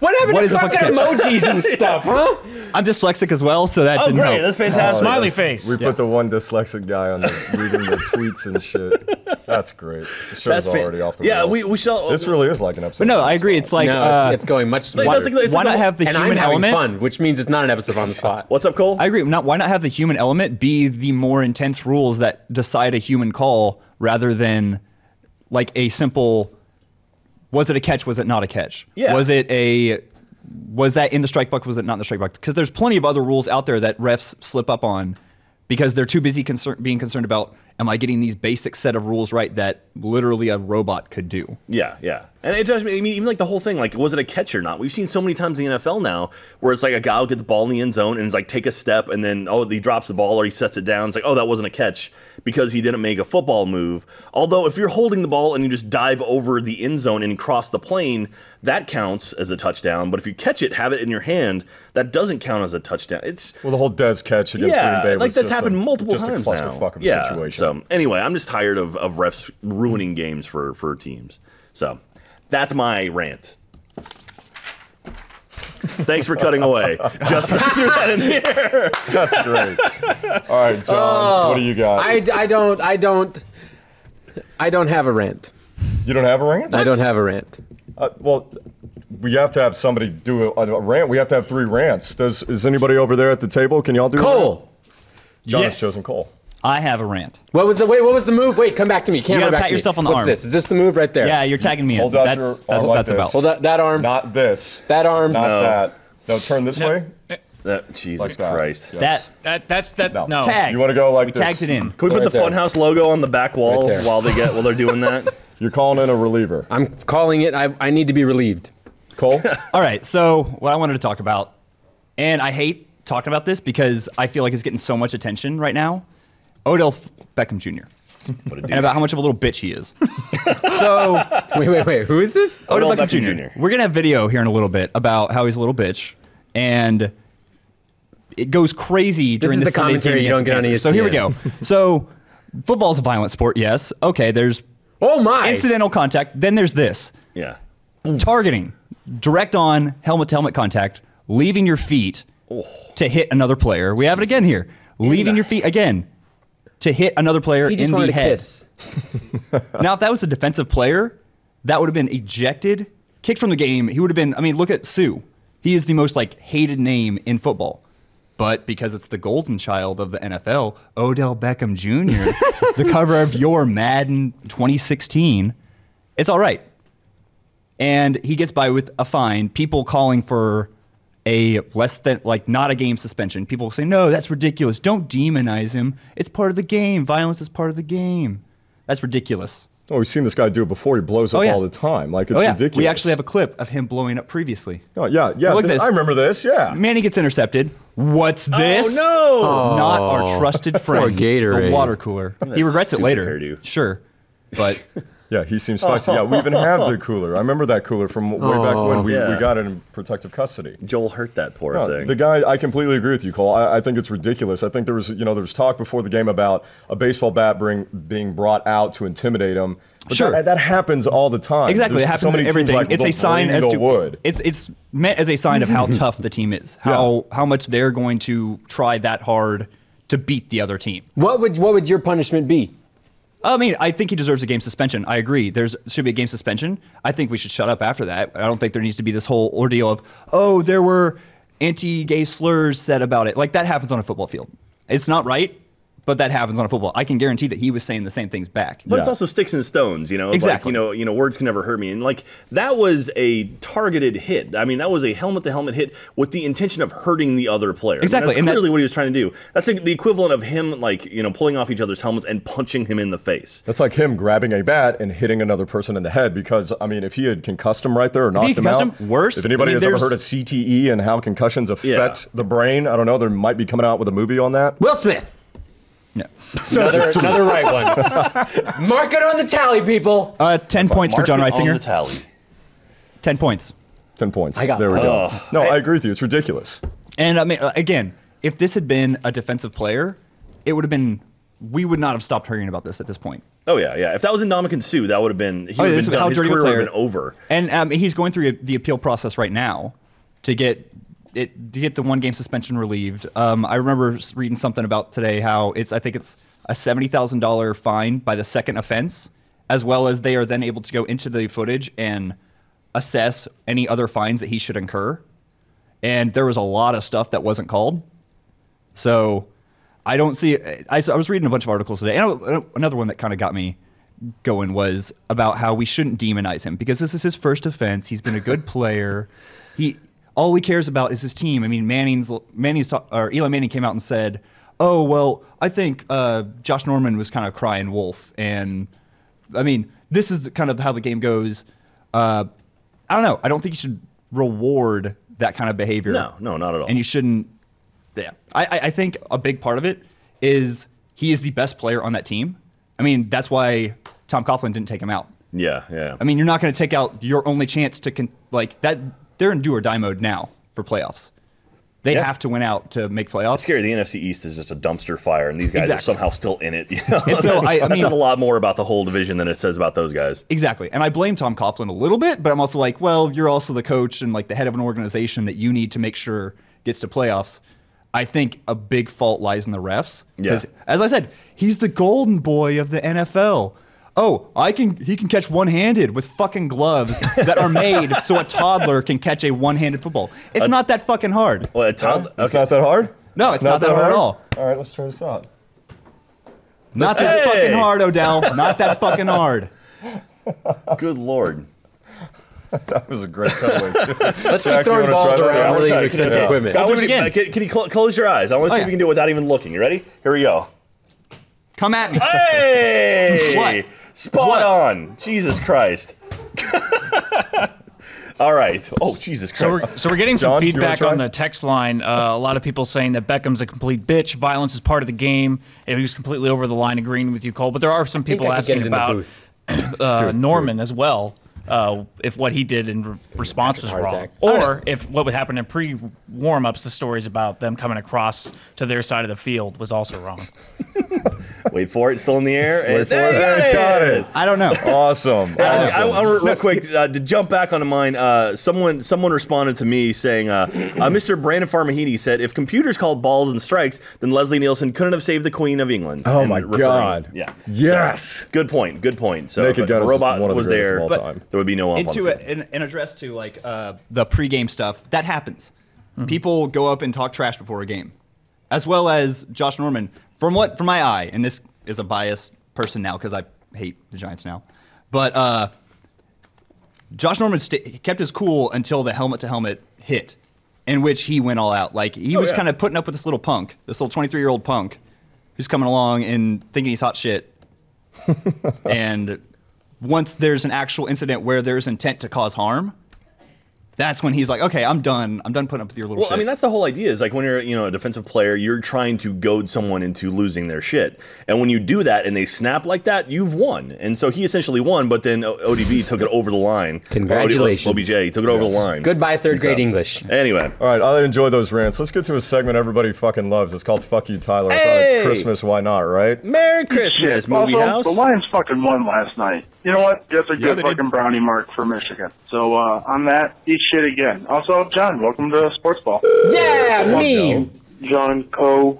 What happened What to is a fucking fucking emojis *laughs* and stuff, huh? *laughs* I'm dyslexic as well, so that Oh, didn't great, help. that's fantastic. Smiley face. we put the one dyslexic guy on the, reading *laughs* the tweets and shit. That's great. The show's That's fa- already off the Yeah, rails. we- we shall- uh, This really is like an episode. But no, I of agree. It's like no, uh, it's, it's going much smarter. that's like- it's why like not the- have the and human I'm having element? fun, which means it's not an episode on the spot. What's up, Cole? I agree. Not why not have the human element be the more intense rules that decide a human call rather than like a simple was it a catch was it not a catch Yeah. was it a was that in the strike box was it not in the strike box because there's plenty of other rules out there that refs slip up on because they're too busy concern, being concerned about am I getting these basic set of rules right that literally a robot could do yeah, yeah. And it does. I mean, even like the whole thing, like was it a catch or not? We've seen so many times in the NFL now where it's like a guy will get the ball in the end zone and it's like take a step and then oh he drops the ball or he sets it down. It's like oh that wasn't a catch because he didn't make a football move. Although if you're holding the ball and you just dive over the end zone and cross the plane, that counts as a touchdown. But if you catch it, have it in your hand, that doesn't count as a touchdown. It's Well, the whole Dez catch against yeah, Green Bay like was that's just happened a, multiple just times a now. clusterfuck of a yeah. situation. So anyway, I'm just tired of, of refs ruining games for for teams. So that's my rant. Thanks for *laughs* cutting away. Just threw that in *laughs* there. That's *laughs* great. All right, John, what do you Oh, got? I, I don't I don't I don't have a rant. you don't have a rant? I don't have a rant. Uh, well, we have to have somebody do a, a rant. We have to have three rants. Does is anybody over there at the table? Can y'all do a rant? Cole, John has Yes. chosen Cole. I have a rant. what was the wait? What was the move? Wait, come back to me. Camera gotta back pat to me. yourself on the What's arm. this? Is this the move right there? Yeah, you're tagging me in. Hold out That's, your that's arm what like that's this. about. Hold that, that arm. Not this. that arm. Not that. No, turn this way. That- Jesus Like that. Christ. Yeah. That That that's that. No. No. tag. You want to go like we this? tagged it in. Can we put Right the there. Funhouse logo on the back wall Right there. while they get while they're doing *laughs* that? You're calling in a reliever. I'm calling it. I, I need to be relieved. Cole. *laughs* All right, so what I wanted to talk about, and I hate talking about this because I feel like it's getting so much attention right now. Odell F- Beckham Jr. What a and dude. about how much of a little bitch he *laughs* is. *laughs* so Wait, wait, wait. Who is this? Oh, Odell Odell Beckham Beckham Jr. Jr.. We're gonna have video here in a little bit about how he's a little bitch, and it goes crazy during is the this Sunday's commentary game you don't get on E against the Panthers. So here we go. so football's a violent sport. Yes. Okay. There's Oh my! incidental contact. Then there's this yeah. targeting, direct on helmet to helmet contact, leaving your feet Oh. to hit another player. We have it again here. Leaving your feet again to hit another player He just in wanted the to head. kiss. Now, if that was a defensive player, that would have been ejected, kicked from the game. He would have been. I mean, look at Sue. He is the most like hated name in football. But because it's the golden child of the NFL, Odell Beckham Jr., the cover of your Madden 2016, it's all right. And he gets by with a fine. People calling for a less than, like, not a game suspension. People say, no, that's ridiculous. Don't demonize him. It's part of the game. Violence is part of the game. That's ridiculous. Oh, we've seen this guy do it before. He blows up Oh, yeah. all the time. Like it's oh, yeah. ridiculous. We actually have a clip of him blowing up previously. Oh, yeah, yeah. Look at this- this. I remember this. Yeah. Manny gets intercepted. What's this? Oh Not our trusted friends. Gatorade. The water cooler. He regrets it stupid later. hairdo. Sure. *laughs* But Yeah, he seems feisty. Yeah, we even have the cooler. I remember that cooler from way back when we, Yeah. we got it in protective custody. no! Joel hurt that poor No, thing. the guy, I completely agree with you, Cole. I, I think it's ridiculous. I think there was, you know, there was talk before the game about a baseball bat bring, being brought out to intimidate him. But Sure. that, that happens all the time. exactly, There's it so happens many in teams everything. like it's the a sign as to wood. it's it's meant as a sign *laughs* of how tough the team is, how how much they're going to try that hard to beat the other team. What would what would your punishment be? I mean, I think he deserves a game suspension. I agree. There's should be a game suspension. I think we should shut up after that. I don't think there needs to be this whole ordeal of oh, there were anti-gay slurs said about it. Like that happens on a football field. It's not right, but that happens on a football. I can guarantee that he was saying the same things back. But it's also sticks and stones, you know. Like, Exactly. you know, you know, words can never hurt me. And like that was a targeted hit. I mean, that was a helmet to helmet hit with the intention of hurting the other player. I mean, Exactly, that's and clearly that's- what he was trying to do. That's like, the equivalent of him like you know pulling off each other's helmets and punching him in the face. That's like him grabbing a bat and hitting another person in the head because, I mean, if he had concussed him right there or knocked him concussed out, him, worse. If anybody I mean, has ever there's- heard of CTE and how concussions affect Yeah. the brain, I don't know. There might be coming out with a movie on that. Will Smith. No. Another, another right one. Mark it on the tally, people. Uh, ten points for John Mark it on the Reisinger. tally. Ten points. 10 points. I got there we go. Ugh. No, I agree with you. It's ridiculous. And I mean, uh, again, if this had been a defensive player, it would have been. We would not have stopped hearing about this at this point. Oh yeah, yeah. If that was in Dominican Sue, that would have been he Oh, would yeah, have this been is how done. His dirty of a career would have player- been over. And um, he's going through the appeal process right now to get it to get the one game suspension relieved. Um, I remember s- reading something about today how it's I think it's a seventy thousand dollar fine by the second offense, as well as they are then able to go into the footage and assess any other fines that he should incur. And there was a lot of stuff that wasn't called. So I don't see. I, I was reading a bunch of articles today, and uh, another one that kind of got me going was about how we shouldn't demonize him because this is his first offense. He's been a good player. *laughs* He all he cares about is his team. I mean, Manning's Manning's ta- or Eli Manning came out and said, "Oh well, I think uh, Josh Norman was kind of crying wolf," and I mean, this is kind of how the game goes. Uh, I don't know. I don't think you should reward that kind of behavior. No, no, not at all. And you shouldn't. Yeah, I, I- I think a big part of it is he is the best player on that team. I mean, that's why Tom Coughlin didn't take him out. Yeah, yeah. I mean, you're not going to take out your only chance to con- like that. They're in do or die mode now for playoffs. They have to win out to make playoffs. It's scary. The NFC East is just a dumpster fire, and these guys Exactly. are somehow still in it. You know? And *laughs* so I- I that mean- says a lot more about the whole division than it says about those guys. Exactly. And I blame Tom Coughlin a little bit, but I'm also like, well, you're also the coach and like the head of an organization that you need to make sure gets to playoffs. I think a big fault lies in the refs. Because Yeah. as I said, he's the golden boy of the NFL. Oh, I can he can catch one-handed with fucking gloves that are made so a toddler can catch a one-handed football. It's not that fucking hard. Well, Todd, It's not that hard? No, it's not that hard at all. All right, let's try this out. Not that Hey! fucking hard, Odell. Not that fucking hard. good lord. *laughs* That was a great cutaway, too. *laughs* Jack, Let's keep you throwing wanna balls try that? Yeah, around we'll really try it. expensive Yeah. equipment. I do want it you- again. uh, Can, can you cl- close your eyes? I want to see if Oh, yeah. you can do it without even looking. You ready? Here we go. Come at me. Hey! What? Spot on. Jesus Christ. *laughs* All right. Oh, Jesus Christ. So we're, so we're getting some John, you wanna feedback on try? the text line. Uh, a lot of people saying that Beckham's a complete bitch. Violence is part of the game. And he was completely over the line agreeing with you, Cole. But there are some people I could get asking it in the about booth. uh, Norman as well, uh, if what he did in re- response was Heart wrong. attack. Or if what would happen in pre warm ups, the stories about them coming across to their side of the field was also wrong. Wait for it. Still in the air. Wait And for they it. They got it. I don't know. *laughs* Awesome. I was- I- awesome. I- *laughs* real quick uh, to jump back onto mine. Uh, someone someone responded to me saying, uh, uh, "Mr. Brandon Farmahidi said if computers called balls and strikes, then Leslie Nielsen couldn't have saved the Queen of England." oh And my referring- God. Yeah. Yes. Good point. Good point. So Naked if Gun the is robot one of the was greatest there. of all but time. There would be no ump on into the it field. an, an address to like uh, the pregame stuff that happens. Mm-hmm. People go up and talk trash before a game, as well as Josh Norman. From what from my eye, and this is a biased person now because I hate the Giants now, but uh, Josh Norman sta- he kept his cool until the helmet to helmet hit, in which he went all out. Like he was Oh, yeah. kind of putting up with this little punk, this little twenty three year old punk, who's coming along and thinking he's hot shit, and once there's an actual incident where there's intent to cause harm, that's when he's like, okay, I'm done. I'm done putting up with your little Well, shit. I mean, that's the whole idea. Is like when you're, you know, a defensive player, you're trying to goad someone into losing their shit. And when you do that, and they snap like that, you've won. And so he essentially won, but then O- ODB *laughs* took it over the line. Or OD- Congratulations. OBJ took it over the line. Goodbye, third grade English. Anyway, All right, I enjoy those rants. Let's get to a segment everybody fucking loves. It's called "Fuck You, Tyler." I thought Hey! it's Christmas. Why not? Right? Merry Christmas, movie also, house. The Lions fucking won last night. You know what? That's a good they fucking brownie mark for Michigan. So uh, on that, eat shit again. Also, John, welcome to Sports Ball. Yeah, me. John Co.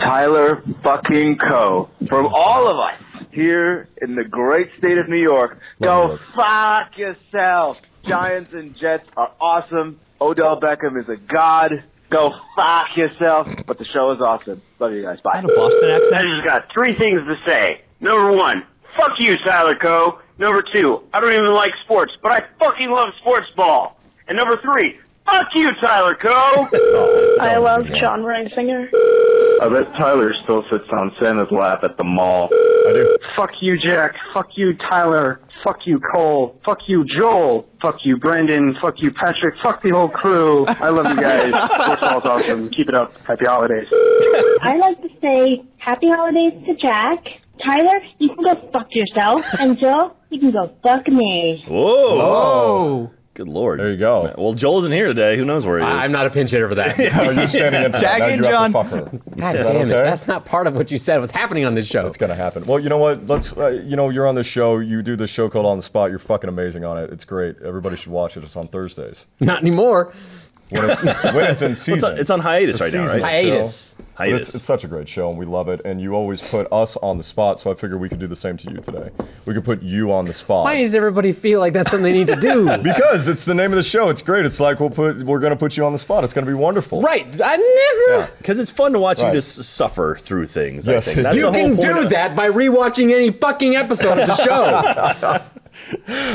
Tyler fucking Co. From all of us here in the great state of New York, Love go fuck yourself. Giants and Jets are awesome. Odell Beckham is a god. Go fuck yourself. But the show is awesome. Love you guys. Bye. Not a Boston accent. I just got three things to say. Number one, fuck you, Tyler Co. Number two, I don't even like sports, but I fucking love sports ball. And number three, fuck you, Tyler *laughs* Co. I love John Reisinger. I bet Tyler still sits on Santa's lap at the mall. I do. Fuck you, Jack. Fuck you, Tyler. Fuck you, Cole. Fuck you, Joel. Fuck you, Brendan. Fuck you, Patrick. Fuck the whole crew. I love you guys. Sports ball's awesome. Keep it up. Happy holidays. I like to say happy holidays to Jack. Tyler, you can go fuck yourself. And Joe, you can go fuck me. Whoa. Good lord. There you go. Well, Joel isn't here today. Who knows where he is? I'm not a pinch hitter *laughs* for that. Oh, you're standing in for that. Tag Now in, you have John. to fuck her. God Is that damn it. okay? That's not part of what you said. What's happening on this show? It's gonna happen. Well, you know what? Let's. Uh, you know, you're on the show. You do this show called On the Spot. You're fucking amazing on it. It's great. Everybody should watch it. It's on Thursdays *laughs* Not anymore. when it's, when it's in season. It's on, it's on It's hiatus a right now, season. right? Hiatus. But Hiatus. It's, it's such a great show, and we love it. And you always put us on the spot, so I figured we could do the same to you today. We could put you on the spot. Why does everybody feel like that's something they need *laughs* to do? because it's the name of the show. It's great. It's like we'll put we're gonna put you on the spot. It's gonna be wonderful. right. I never. because it's fun to watch Right. you just suffer through things. Yes, I think. That's you the You whole can point do of- that by rewatching any fucking episode of *laughs* the show.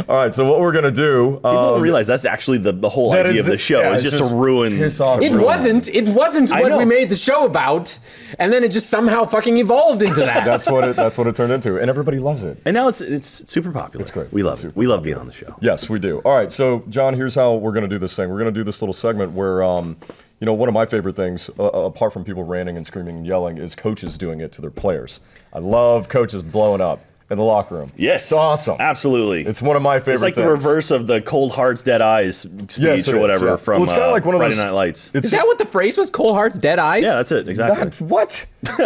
All right. So what we're gonna do? People Um, don't realize that's actually the, the whole that idea is of the it. show Yeah, is it's just, just to ruin. piss off to It It Right. ruin- wasn't. It wasn't I what know. we made the show about, and then it just somehow fucking evolved into *laughs* that. that's what it. That's what it turned into, and everybody loves it. And now it's it's super popular. It's great. We love It's it. super We love being on the show. Yes, we do. All right, so John, here's how we're going to do this thing. We're going to do this little segment where, um, you know, one of my favorite things, uh, uh, apart from people ranting and screaming and yelling, is coaches doing it to their players. I love coaches blowing up in the locker room. Yes, it's awesome. Absolutely, It's one of my favorite. It's like the things. reverse of the cold hearts, dead eyes speech Yes, it or is, whatever yeah. from Well, it's kinda uh, like one of Friday those- Night Lights. It's Is *laughs* that what the phrase was? Cold Heart's dead eyes. yeah, that's it exactly. God, what? *laughs*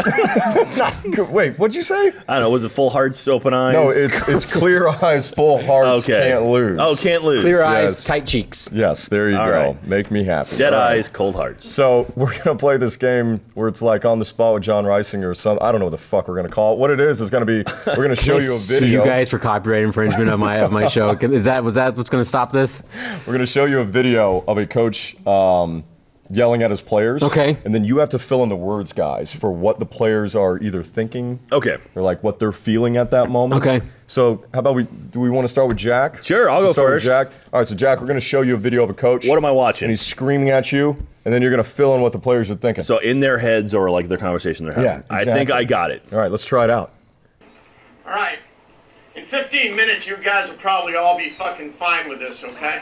Not- wait, what'd you say? I don't know. Was it full hearts, open eyes? No, it's it's *laughs* clear eyes, full hearts, okay. can't lose. Oh, can't lose. Clear Yeah, eyes, it's- tight cheeks. Yes, there you All go. right. Make me happy. Dead All right. eyes, cold hearts. So we're gonna play this game where it's like on the spot with John Reisinger or something. I don't know what the fuck we're gonna call it. What it is is gonna be we're gonna show you a Sue video. you guys for copyright infringement of my of my show. Can- Is that was that what's going to stop this? We're gonna show you a video of a coach um, yelling at his players. Okay. And then you have to fill in the words, guys, for what the players are either thinking Okay. or like what they're feeling at that moment. Okay. So how about we do we want to start with Jack? Sure, I'll We'll go start with first. Jack. All right, so Jack, we're gonna show you a video of a coach. What am I watching? And he's screaming at you, and then you're gonna fill in what the players are thinking. So in their heads or like their conversation they're having. Yeah, I think exactly. I got it. All right, let's try it out. All right. In 15 minutes, you guys will probably all be fucking fine with this, okay?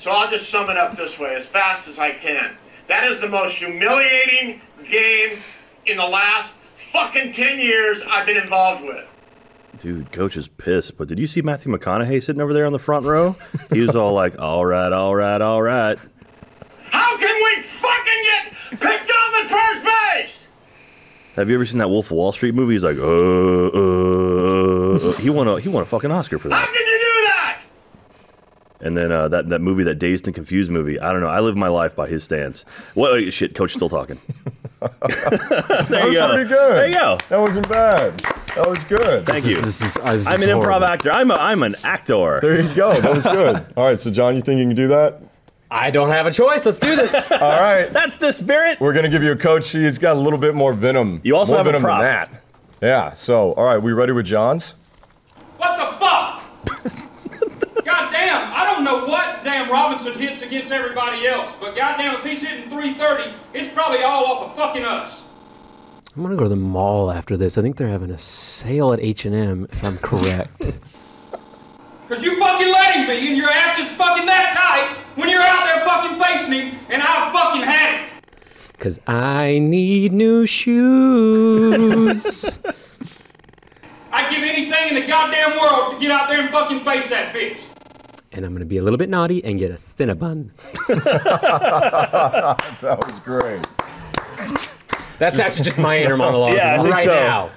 So I'll just sum it up this way as fast as I can. That is the most humiliating game in the last fucking 10 years I've been involved with. Dude, coach is pissed. But did you see Matthew McConaughey sitting over there on the front row? He was all like, "All right, all right, all right." How can we fucking get picked off at first base? Have you ever seen that Wolf of Wall Street movie? He's like, uh, uh, uh." he won a he won a fucking Oscar for How that. can you do that? And then uh, that that movie, that Dazed and Confused movie. I don't know. I live my life by his stance. What wait, shit? Coach *laughs* still talking. that was you go. pretty good. There you go. That wasn't bad. That was good. Thank you. This is, uh, this I'm is an improv horrible. actor. I'm a, I'm an actor. There you go. That was *laughs* good. All right, so John, you think you can do that? I don't have a choice. Let's do this. *laughs* All right. That's the spirit. We're gonna give you a coach. He's got a little bit more venom. You also more have a venom prop. than that. Yeah. So, all right, we ready with John's? What the fuck? goddamn, I don't know what damn Robinson hits against everybody else, but goddamn, if he's hitting 330, it's probably all off of fucking us. I'm gonna go to the mall after this. I think they're having a sale at H and M. If I'm *laughs* correct. Because you fucking let him be, and your ass is fucking that tight when you're out there fucking facing him, and I fucking had it. Cause I need new *laughs* shoes. I'd give anything in the goddamn world to get out there and fucking face that bitch. and I'm gonna be a little bit naughty and get a Cinnabon. That was great. That's actually just my inner monologue Yeah, I think right so. now.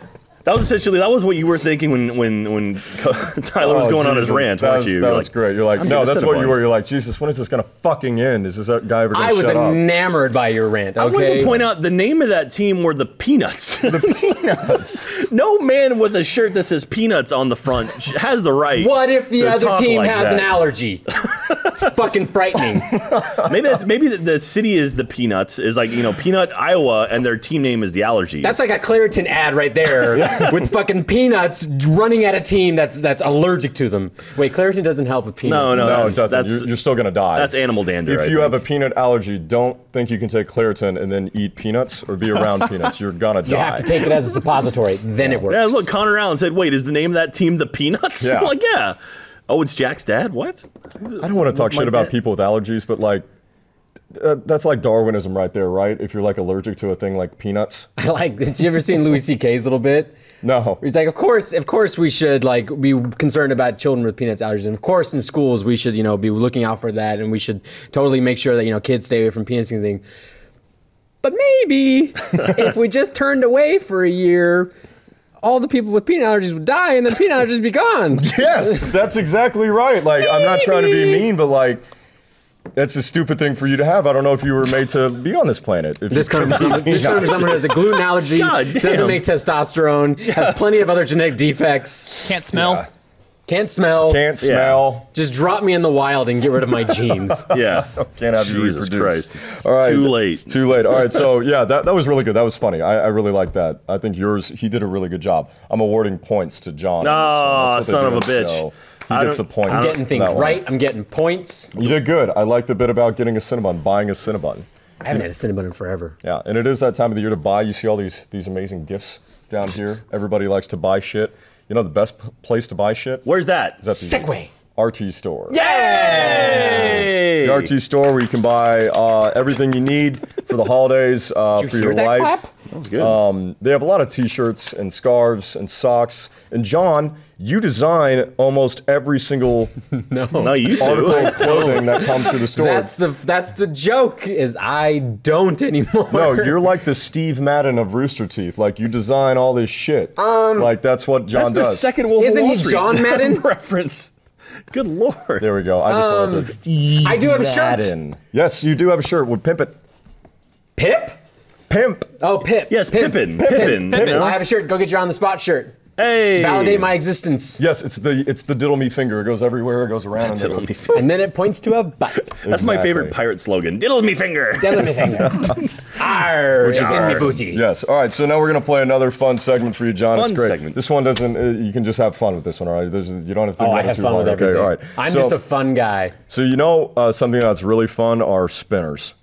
That was essentially that was what you were thinking when when when *laughs* Tyler was Oh, going on his Jesus. rant, That weren't was, you? That You're was like, great. You're like, I'm no, getting that's what you Cinnabon. were. You're like, Jesus, when is this gonna fucking end? Is this that guy ever gonna I was shut up? enamored by your rant. Okay? I wanted to point out the name of that team were the Peanuts. The *laughs* Peanuts. no man with a shirt that says Peanuts on the front sh- has the right. What if the to other talk team like has an that. *laughs* allergy? it's fucking frightening. Maybe that's maybe the, the city is the Peanuts is like you know Peanut Iowa and their team name is the Allergies. That's like a Claritin ad right *laughs* there with fucking peanuts running at a team that's that's allergic to them. Wait, Claritin doesn't help with peanuts. no, no, No, that's, it doesn't. That's, you're, you're still gonna die. that's animal dander. If I you think. have a peanut allergy, don't think you can take Claritin and then eat peanuts or *laughs* be around peanuts. You're gonna die. You have to take it as a suppository, then *laughs* it works. yeah, look, Connor Allen said, "Wait, is the name of that team the Peanuts?" Yeah. I'm *laughs* like, yeah. Oh, it's Jack's dad. What? I don't want to talk my shit about dad. people with allergies, but like, uh, that's like Darwinism right there, right? If you're like allergic to a thing like peanuts, *laughs* I like. Did you ever seen Louis C.K.'s little bit? no. He's like, of course, of course, we should like be concerned about children with peanuts allergies, and of course, in schools, we should you know be looking out for that, and we should totally make sure that you know kids stay away from peanuts and things. But *laughs* maybe if we just turned away for a year, all the people with peanut allergies would die, and then peanut allergies would be gone. Yes, that's exactly right. Like, I'm not trying to be mean, but like, that's a stupid thing for you to have. I don't know if you were made to be on this planet. If *laughs* This you comes from someone, this comes from someone who has a gluten *laughs* allergy, God damn. doesn't make testosterone, has plenty of other genetic defects, Can't smell. can't smell, can't smell, just drop me in the wild and get rid of *laughs* my genes. Yeah. can't have you Jesus reproduce. Christ. All right, Too late. too late. All right, so *laughs* yeah, that, that was really good. That was funny. I, I really like that. I think yours, he did a really good job. I'm awarding points to John. Ah, on this one. That's what son of a they do bitch. on the show. I He gets the don't- points. I'm getting for things that one. right. I'm getting points. You did good. I like the bit about getting a Cinnabon, buying a Cinnabon. I haven't had a cinnamon in forever. Yeah, and it is that time of the year to buy. You see all these these amazing gifts down here. Everybody likes to buy shit. You know the best p- place to buy shit? Where's that? Is that Segway. the RT store? Yay! The RT store where you can buy uh, everything you need for the holidays uh, for your hear that life. clap? Good. Um, they have a lot of T-shirts and scarves and socks. And John, you design almost every single no, you used article to. of clothing that comes through the store. That's the that's the joke. Is I don't anymore. No, *laughs* you're like the Steve Madden of Rooster Teeth. Like you design all this shit. Um, like that's what That's John the does. second Wolf of Isn't Wall he Street *laughs* John Madden? reference. Good lord. there we go. I just wanted to. Steve Um, I do have a shirt. Madden. Yes, you do have a shirt. Would pimp it. Pip? Pimp. Oh, Pip. Yes, Pip. Pippin. Pippin. Pippin. I have a shirt. Go get your on the spot shirt. Hey. Validate my existence. Yes, it's the it's the diddle me finger. It goes everywhere. It goes around. and Diddle it me goes- finger. And then it points to *laughs* a butt. That's my favorite Exactly. pirate slogan. Diddle me finger. Tell me finger. *laughs* Arr, it's in me booty. Yes. All right. So now we're gonna play another fun segment for you, John. Fun it's great. segment. This one doesn't. Uh, you can just have fun with this one. All right. There's, you don't have to. think Oh, about I it have too fun hard. with everything. Okay. All right. I'm So- just a fun guy. So you know uh, something that's really fun are spinners.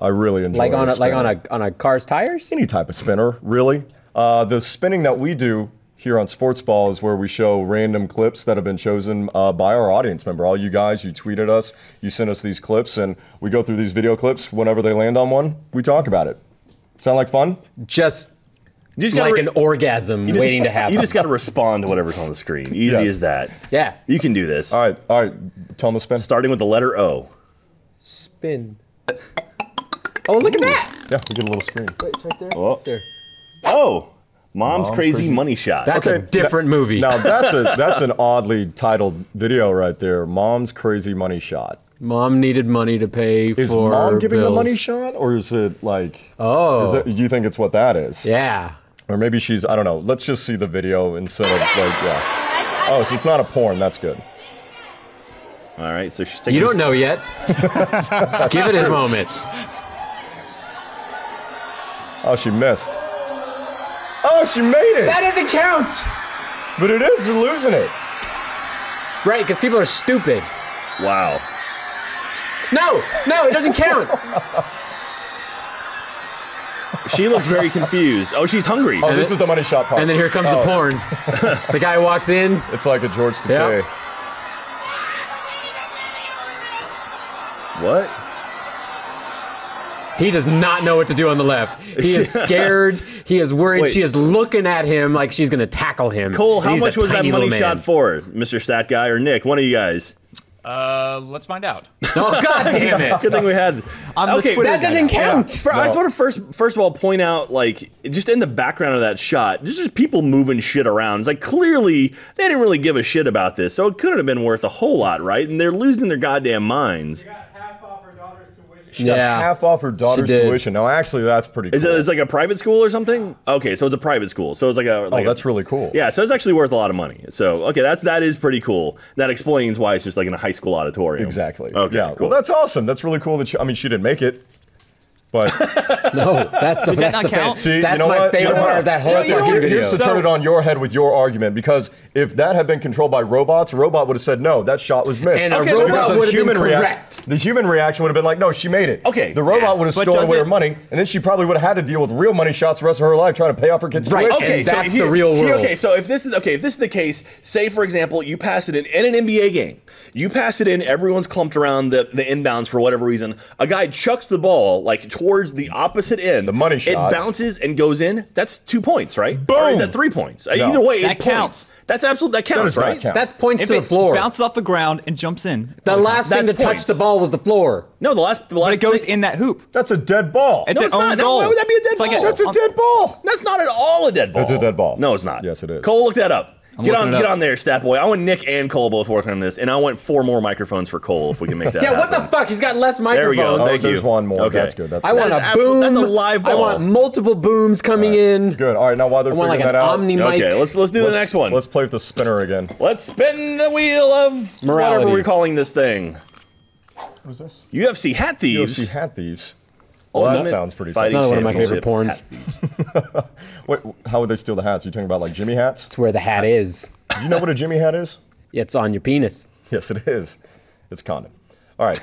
I really enjoy Like on a, like spinner. on a on a car's tires. any type of spinner, really. Uh, the spinning that we do here on Sports Ball is where we show random clips that have been chosen uh, by our audience member. All you guys, you tweeted us, you sent us these clips, and we go through these video clips. Whenever they land on one, we talk about it. Sound like fun? Just, just like an orgasm You just- waiting to happen. You just got to respond to whatever's on the screen. Easy Yes. as that. yeah. You can do this. All right, all right. Thomas Ben. Starting with the letter O. Spin. Oh, look at that. Yeah, we get a little screen. Wait, it's right there. Oh, There. oh Mom's, Mom's crazy, Crazy- money shot. That's a different movie. Now that's a that's an oddly titled video right there. Mom's crazy money shot. Mom needed money to pay Is for mom giving the bills. money shot, or is it like? Oh. is it, you think it's what that is? Yeah. Or maybe she's I don't know. Let's just see the video instead of like yeah. Oh, so it's not a porn. That's good. All right, so she's taking. You don't know *laughs* yet. Give it a moment. Oh, she missed. Oh, she made it. That doesn't count. but it is. You're losing it. Right, because people are stupid. Wow. No, no, it doesn't count. She looks *laughs* very confused. Oh, she's hungry. Oh, this is the money shot part. And then here comes the Oh, porn. *laughs* The guy walks in. It's like a George Takei. What? He does not know what to do on the left. *laughs* He is scared. He is worried. Wait. She is looking at him like she's going to tackle him. Cole, And how he's a much was that tiny money little shot man. for, Mr. Stat Guy or Nick? One of you guys. Uh, let's find out. Oh, God *laughs* damn it. Good thing we had. I'm the Twitter That doesn't count. For- I just want to first, first of all, point out like just in the background of that shot, there's just people moving shit around. It's like clearly they didn't really give a shit about this, so it couldn't have been worth a whole lot, right? And they're losing their goddamn minds. She got Yeah. half off her daughter's did. tuition. Now, actually, that's pretty. Is cool. it is it like a private school or something? Okay, so it's a private school. So it's like a Oh, like a- that's really cool. Yeah, so it's actually worth a lot of money. So okay, that's that is pretty cool. That explains why it's just like in a high school auditorium. Exactly. Okay. yeah. Cool. Well, that's awesome. That's really cool that she, I mean, she didn't make it, *laughs* but No, that's the, that's not the count? fa- see, that's you know my what? favorite No, no, part of that whole no, you know fucking what? video. Here's to turn it on your head with your argument because if that had been controlled by robots, a robot would have said no, that shot was missed. And a Because robot the would have been human reac- correct. The human reaction would have been like, no, she made it. Okay, The robot yeah. would have But stolen does away her it- money, and then she probably would have had to deal with real money shots the rest of her life trying to pay off her kids' Right. tuition. Okay. And that's the real world. Okay, so if this is okay, if this is the case, say for example, you pass it in in an NBA game, you pass it in, everyone's clumped around the, the inbounds for whatever reason. A guy chucks the ball like towards the opposite end, The money shot. It bounces and goes in. That's two points, right? Or is Boom. that three points? Uh, No. Either way, That it counts. Points. That's absolute. That counts, does not right? count. That's points If to the it floor. bounces off the ground and jumps in. the last thing That's to touch points. the ball was the floor. No, the last the last But it goes thing- in that hoop. That's a dead ball. It's No, an it's own not. No, goal. why would that be a dead It's like ball? a- that's a dead ball. That's not at all a dead ball. It's a dead ball. No, it's not. Yes, it is. Cole, look that up. get on, looking it get up. on there, stat boy. I want Nick and Cole both working on this, and I want four more microphones for Cole if we *laughs* can make that. Yeah, what the happen. fuck? He's got less microphones. There we go. Oh, Thank there's you. one more. Okay. That's good. That's I good. want That a is absolute- boom. that's a live I ball. want multiple booms coming in. Good. All right. Now, while they're I want figuring like an that out, omni mic. Okay, let's let's do the let's- next one. Let's Let's, play with the spinner again. spin the wheel of Morality. whatever we're calling this thing. What is this? UFC hat thieves. UFC Hat Thieves. Ultimate that sounds pretty Fighting That's another one of my Championship favorite hat porns. thieves. Wait, how would they steal the hats? Are you talking about like Jimmy hats? That's where the hat is. Do you know what a Jimmy hat is? It's on your penis. *laughs* Yes, it is. It's a condom. All right.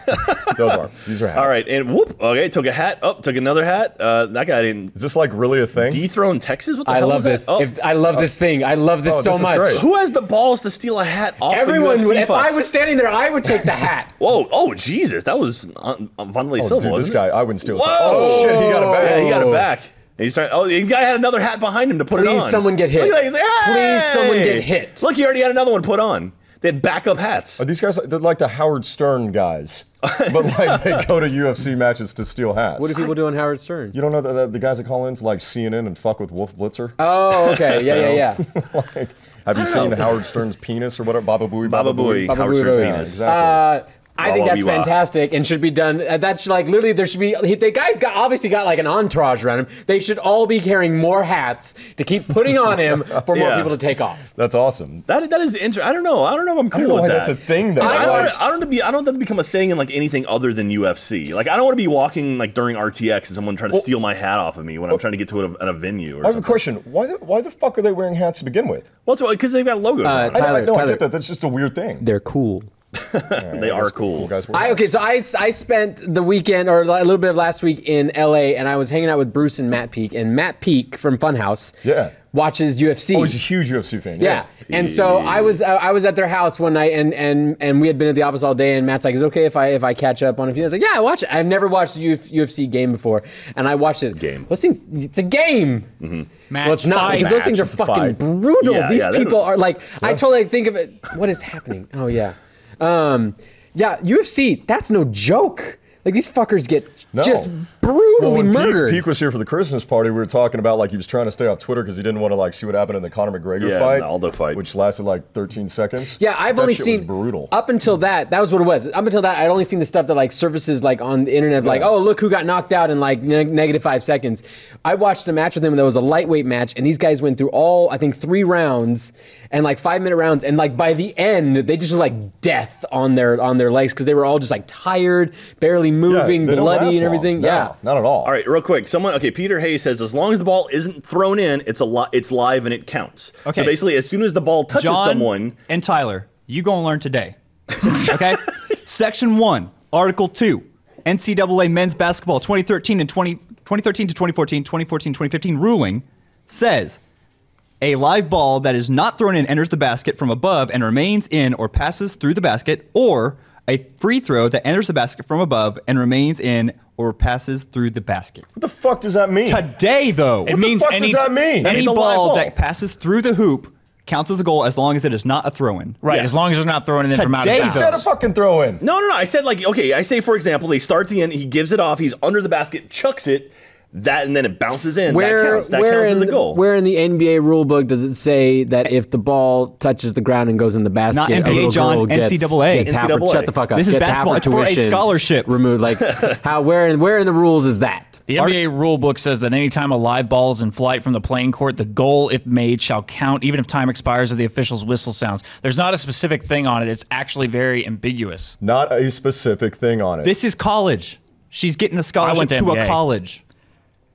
Those are. These are hats. All right, and whoop. Okay, took a hat. Up, took another hat. Uh, that guy didn't Is this like really a thing? dethrone Texas. What the I hell love was this. That? Oh. If, I love this thing. I love this Oh, so this is much. great. Who has the balls to steal a hat off? the Everyone, UFC would, if fight? I was standing there, I would take the hat. Whoa! Oh Jesus! That was uh, uh, Vanley oh, dude, Silva. this wasn't guy. it? I wouldn't steal. his- Whoa! Oh shit! He got a Yeah, bag. he got it back. And He's trying. Oh, the guy had another hat behind him to put it on. Please, someone get hit. Look at that, he's like, Please, someone get "Hey!" hit. Look, he already had another one put on. They had backup hats. Are these guys like, they're like the Howard Stern *laughs* guys, but like they go to UFC matches to steal hats. *laughs* What do people do on Howard Stern? you don't know the, the, the guys that call in to like CNN and fuck with Wolf Blitzer? Oh, okay. Yeah, yeah, *laughs* yeah. *laughs* like, have you I don't seen know. Howard Stern's penis or whatever? Baba Booey. oh, Baba Booey, Baba Howard Booey, Stern's Booey. Yeah, penis. exactly. Uh, I think that's Wawa-wee-wa. fantastic and should be done. uh, That should like literally there should be he- the guy's got obviously got like an entourage around him. They should all be carrying more hats to keep putting on him for more Yeah. people to take off. That's awesome. That that is interesting. I don't know. I don't know. if I'm I cool don't know with why that. that's a thing though. I Like, don't, I don't, be, I don't want that to become a thing in like anything other than UFC. Like I don't want to be walking like during RTX and someone trying to steal my hat off of me when I'm trying to get to a, at a venue or I have a something. question. Why the, why the fuck are they wearing hats to begin with? Uh, Well, because they've got logos. on I- it. I, Tyler, no, I Tyler. get that. That's just a weird thing. They're cool. they are cool. guys. I, okay, so I, I spent the weekend or a little bit of last week in LA, and I was hanging out with Bruce and Matt Peak, and Matt Peak from Funhouse Yeah. watches UFC. Oh, he's a huge UFC fan. Yeah. And so I was uh, I was at their house one night and and and we had been at the office all day and Matt's like, "Is it okay if I if I catch up on a few?" I was like, "Yeah, I watch it. I've never watched a Uf- UFC game before." And I watched it. Game. Those things it's a game. Match Well, it's not fight. because those things are Match, it's a fucking fight. brutal. Yeah, These yeah, they people don't- are like I totally think of it what is happening? Oh yeah. Um yeah, UFC, that's no joke. Like these fuckers get No. just brutally Well, when Pete- murdered. Pete, was here for the Christmas party, we were talking about like he was trying to stay off Twitter because he didn't want to like see what happened in the Conor McGregor Yeah, fight, the Aldo fight. which lasted like 13 seconds. Yeah, I've That only shit seen was brutal. Up until that, that was what it was. Up until that, I'd only seen the stuff that like surfaces like on the internet, like oh look who got knocked out in like neg- negative five seconds. I watched a match with them that was a lightweight match, and these guys went through all I think three rounds and like five minute rounds, and like by the end they just were like death on their on their legs because they were all just like tired, barely Yeah, moving, they don't bloody last and long. everything. No, Yeah. not at all. All right, real quick. Someone, okay. Peter Hayes says, as long as the ball isn't thrown in, it's a lot. It's live and it counts. Okay. So basically, as soon as the ball touches John someone, and Tyler, you gonna *laughs* learn today. Okay, Section One, Article Two, NCAA Men's Basketball 2013 and 20, 2013 to 2014, 2014 2015 ruling says a live ball that is not thrown in enters the basket from above and remains in or passes through the basket, or a free throw that enters the basket from above and remains in or passes through the basket. What the fuck does that mean? Today, though, It What means the fuck any does that mean? any It's a ball, live ball. that passes through the hoop counts as a goal as long as it is not a throw in. right Yeah. as long as they're not throwing it in from out of Today, bounds. He said a fucking throw in. no, no, no. I said like, okay. I say, for example, they start the end. He gives it off. He's under the basket, chucks it. That and then it bounces in. that counts. That counts as a in, goal. Where in the NBA rulebook does it say that if the ball touches the ground and goes in the basket, Not a NBA, little John, girl gets, NCAA. gets half her- NCAA. shut the fuck up. This is gets half basketball. her It's for a tuition scholarship. removed. Like how? Where in where in the rules is that? The NBA rule book says that anytime a live ball is in flight from the playing court, the goal, if made, shall count even if time expires or the official's whistle sounds. There's not a specific thing on it. It's actually very ambiguous. Not a specific thing on it. This is college. She's getting a I scholarship went to to, NBA. a college.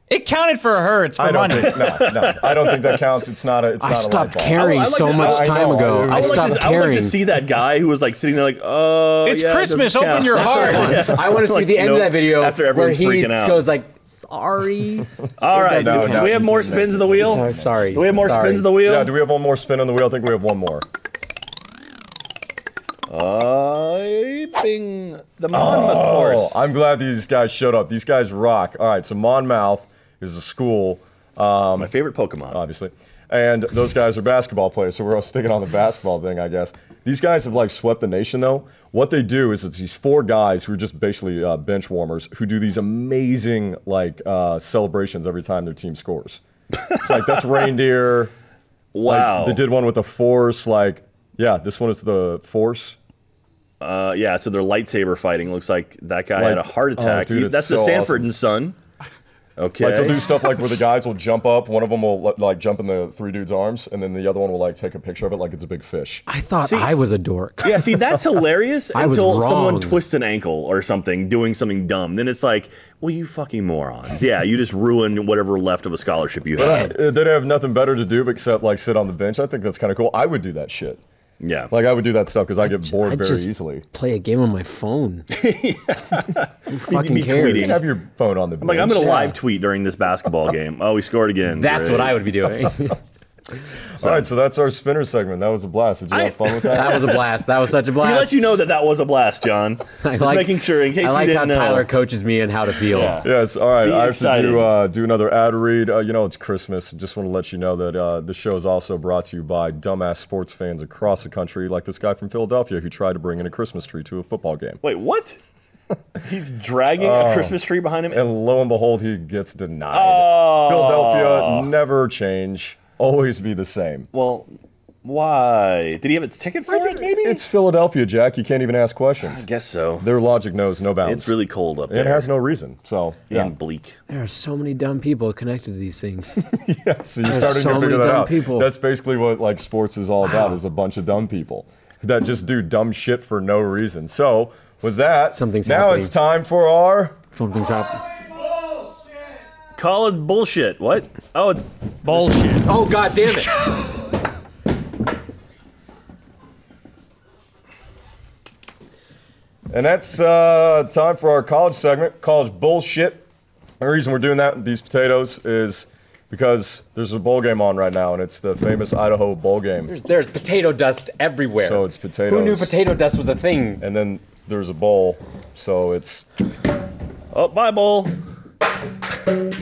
It counted for her. *laughs* It's for I don't running. think. No, no. I don't think that counts. It's not a. It's I not stopped a live ball. caring I like so to- I much time know, ago. dude. I, I I would, like stopped to, I would like caring. to see that guy who was like sitting there like, oh, It's yeah, it doesn't Christmas, count. *laughs* open your heart. *laughs* I want to see Like, the end nope. of that video After where everyone's he freaking out. goes like, "Sorry, All right, No, do no, we have you more didn't. spins of the wheel. sorry, sorry." Do we have more sorry. spins of the wheel? Yeah. Do we have one more spin on the wheel? I think we have one more. uh, bing. The Monmouth Oh, Force. I'm glad these guys showed up. These guys rock. All right, so Monmouth is a school, My favorite Pokemon. obviously, and those guys are basketball players. So we're all sticking on the basketball thing, I guess. These guys have like swept the nation, though. What they do is it's these four guys who are just basically uh, bench warmers who do these amazing like uh, celebrations every time their team scores. It's like that's reindeer. Like, *laughs* wow. they did one with the force. Like, yeah, this one is the force. Uh, yeah, so their lightsaber fighting looks like that guy had a Like- heart oh, attack. dude, He- it's that's the so Sanford awesome. and Son. Okay. Like they'll do stuff like where *laughs* the guys will jump up, one of them will li- like jump in the three dudes' arms, and then the other one will like take a picture of it like it's a big fish. I thought I was a dork. yeah, see, that's hilarious I was until someone wrong. twists an ankle or something doing something dumb. Then it's like, well, you fucking morons. Yeah, you just ruined whatever left of a scholarship you had. Uh, They have nothing better to do except like sit on the bench. I think that's kind of cool. I would do that shit. Yeah. Like I would do that stuff because I get bored I very just easily. play a game on my phone. Who fucking be cares? You can have your phone on the bench. I'm like, I'm going to Yeah. live tweet during this basketball game. Oh, we scored again. That's Great. what I would be *laughs* doing. All right, so that's our spinner segment. That was a blast. Did you have fun with that? that was a blast. That was such a blast. We let you know that that was a blast, John. *laughs* I Just making sure in case I like you how didn't know. Tyler coaches me and how to feel. Yeah. Yes, all right. Be I have excited. to do, uh, do another ad read. Uh, you know, it's Christmas. Just want to let you know that uh, the show is also brought to you by dumbass sports fans across the country, like this guy from Philadelphia who tried to bring in a Christmas tree to a football game. Wait, what? He's dragging a Christmas tree behind him. And lo and behold, he gets denied. Oh. Philadelphia never change, always be the same. Well, why? Did he have a ticket for it? Maybe. It's Philadelphia, Jack. You can't even ask questions. I guess so. Their logic knows no bounds. It's really cold up there. It has no reason. So, yeah. and bleak. There are so many dumb people connected to these *laughs* things. So you're There's starting so to figure many that dumb out. people. That's basically what like sports is all about: is a bunch of dumb people that just do dumb shit for no reason. So with that, Something's now happening. it's time for our. Something's up. Call it bullshit. What? Oh, it's Bullshit. Oh god damn it! And that's uh, time for our college segment, college bullshit. The reason we're doing that with these potatoes is because there's a bowl game on right now, and it's the famous Idaho bowl game. There's, there's potato dust everywhere. So it's Who knew potatoes. potato dust was a thing? And then there's a bowl, so it's Oh, bye, bowl. *laughs*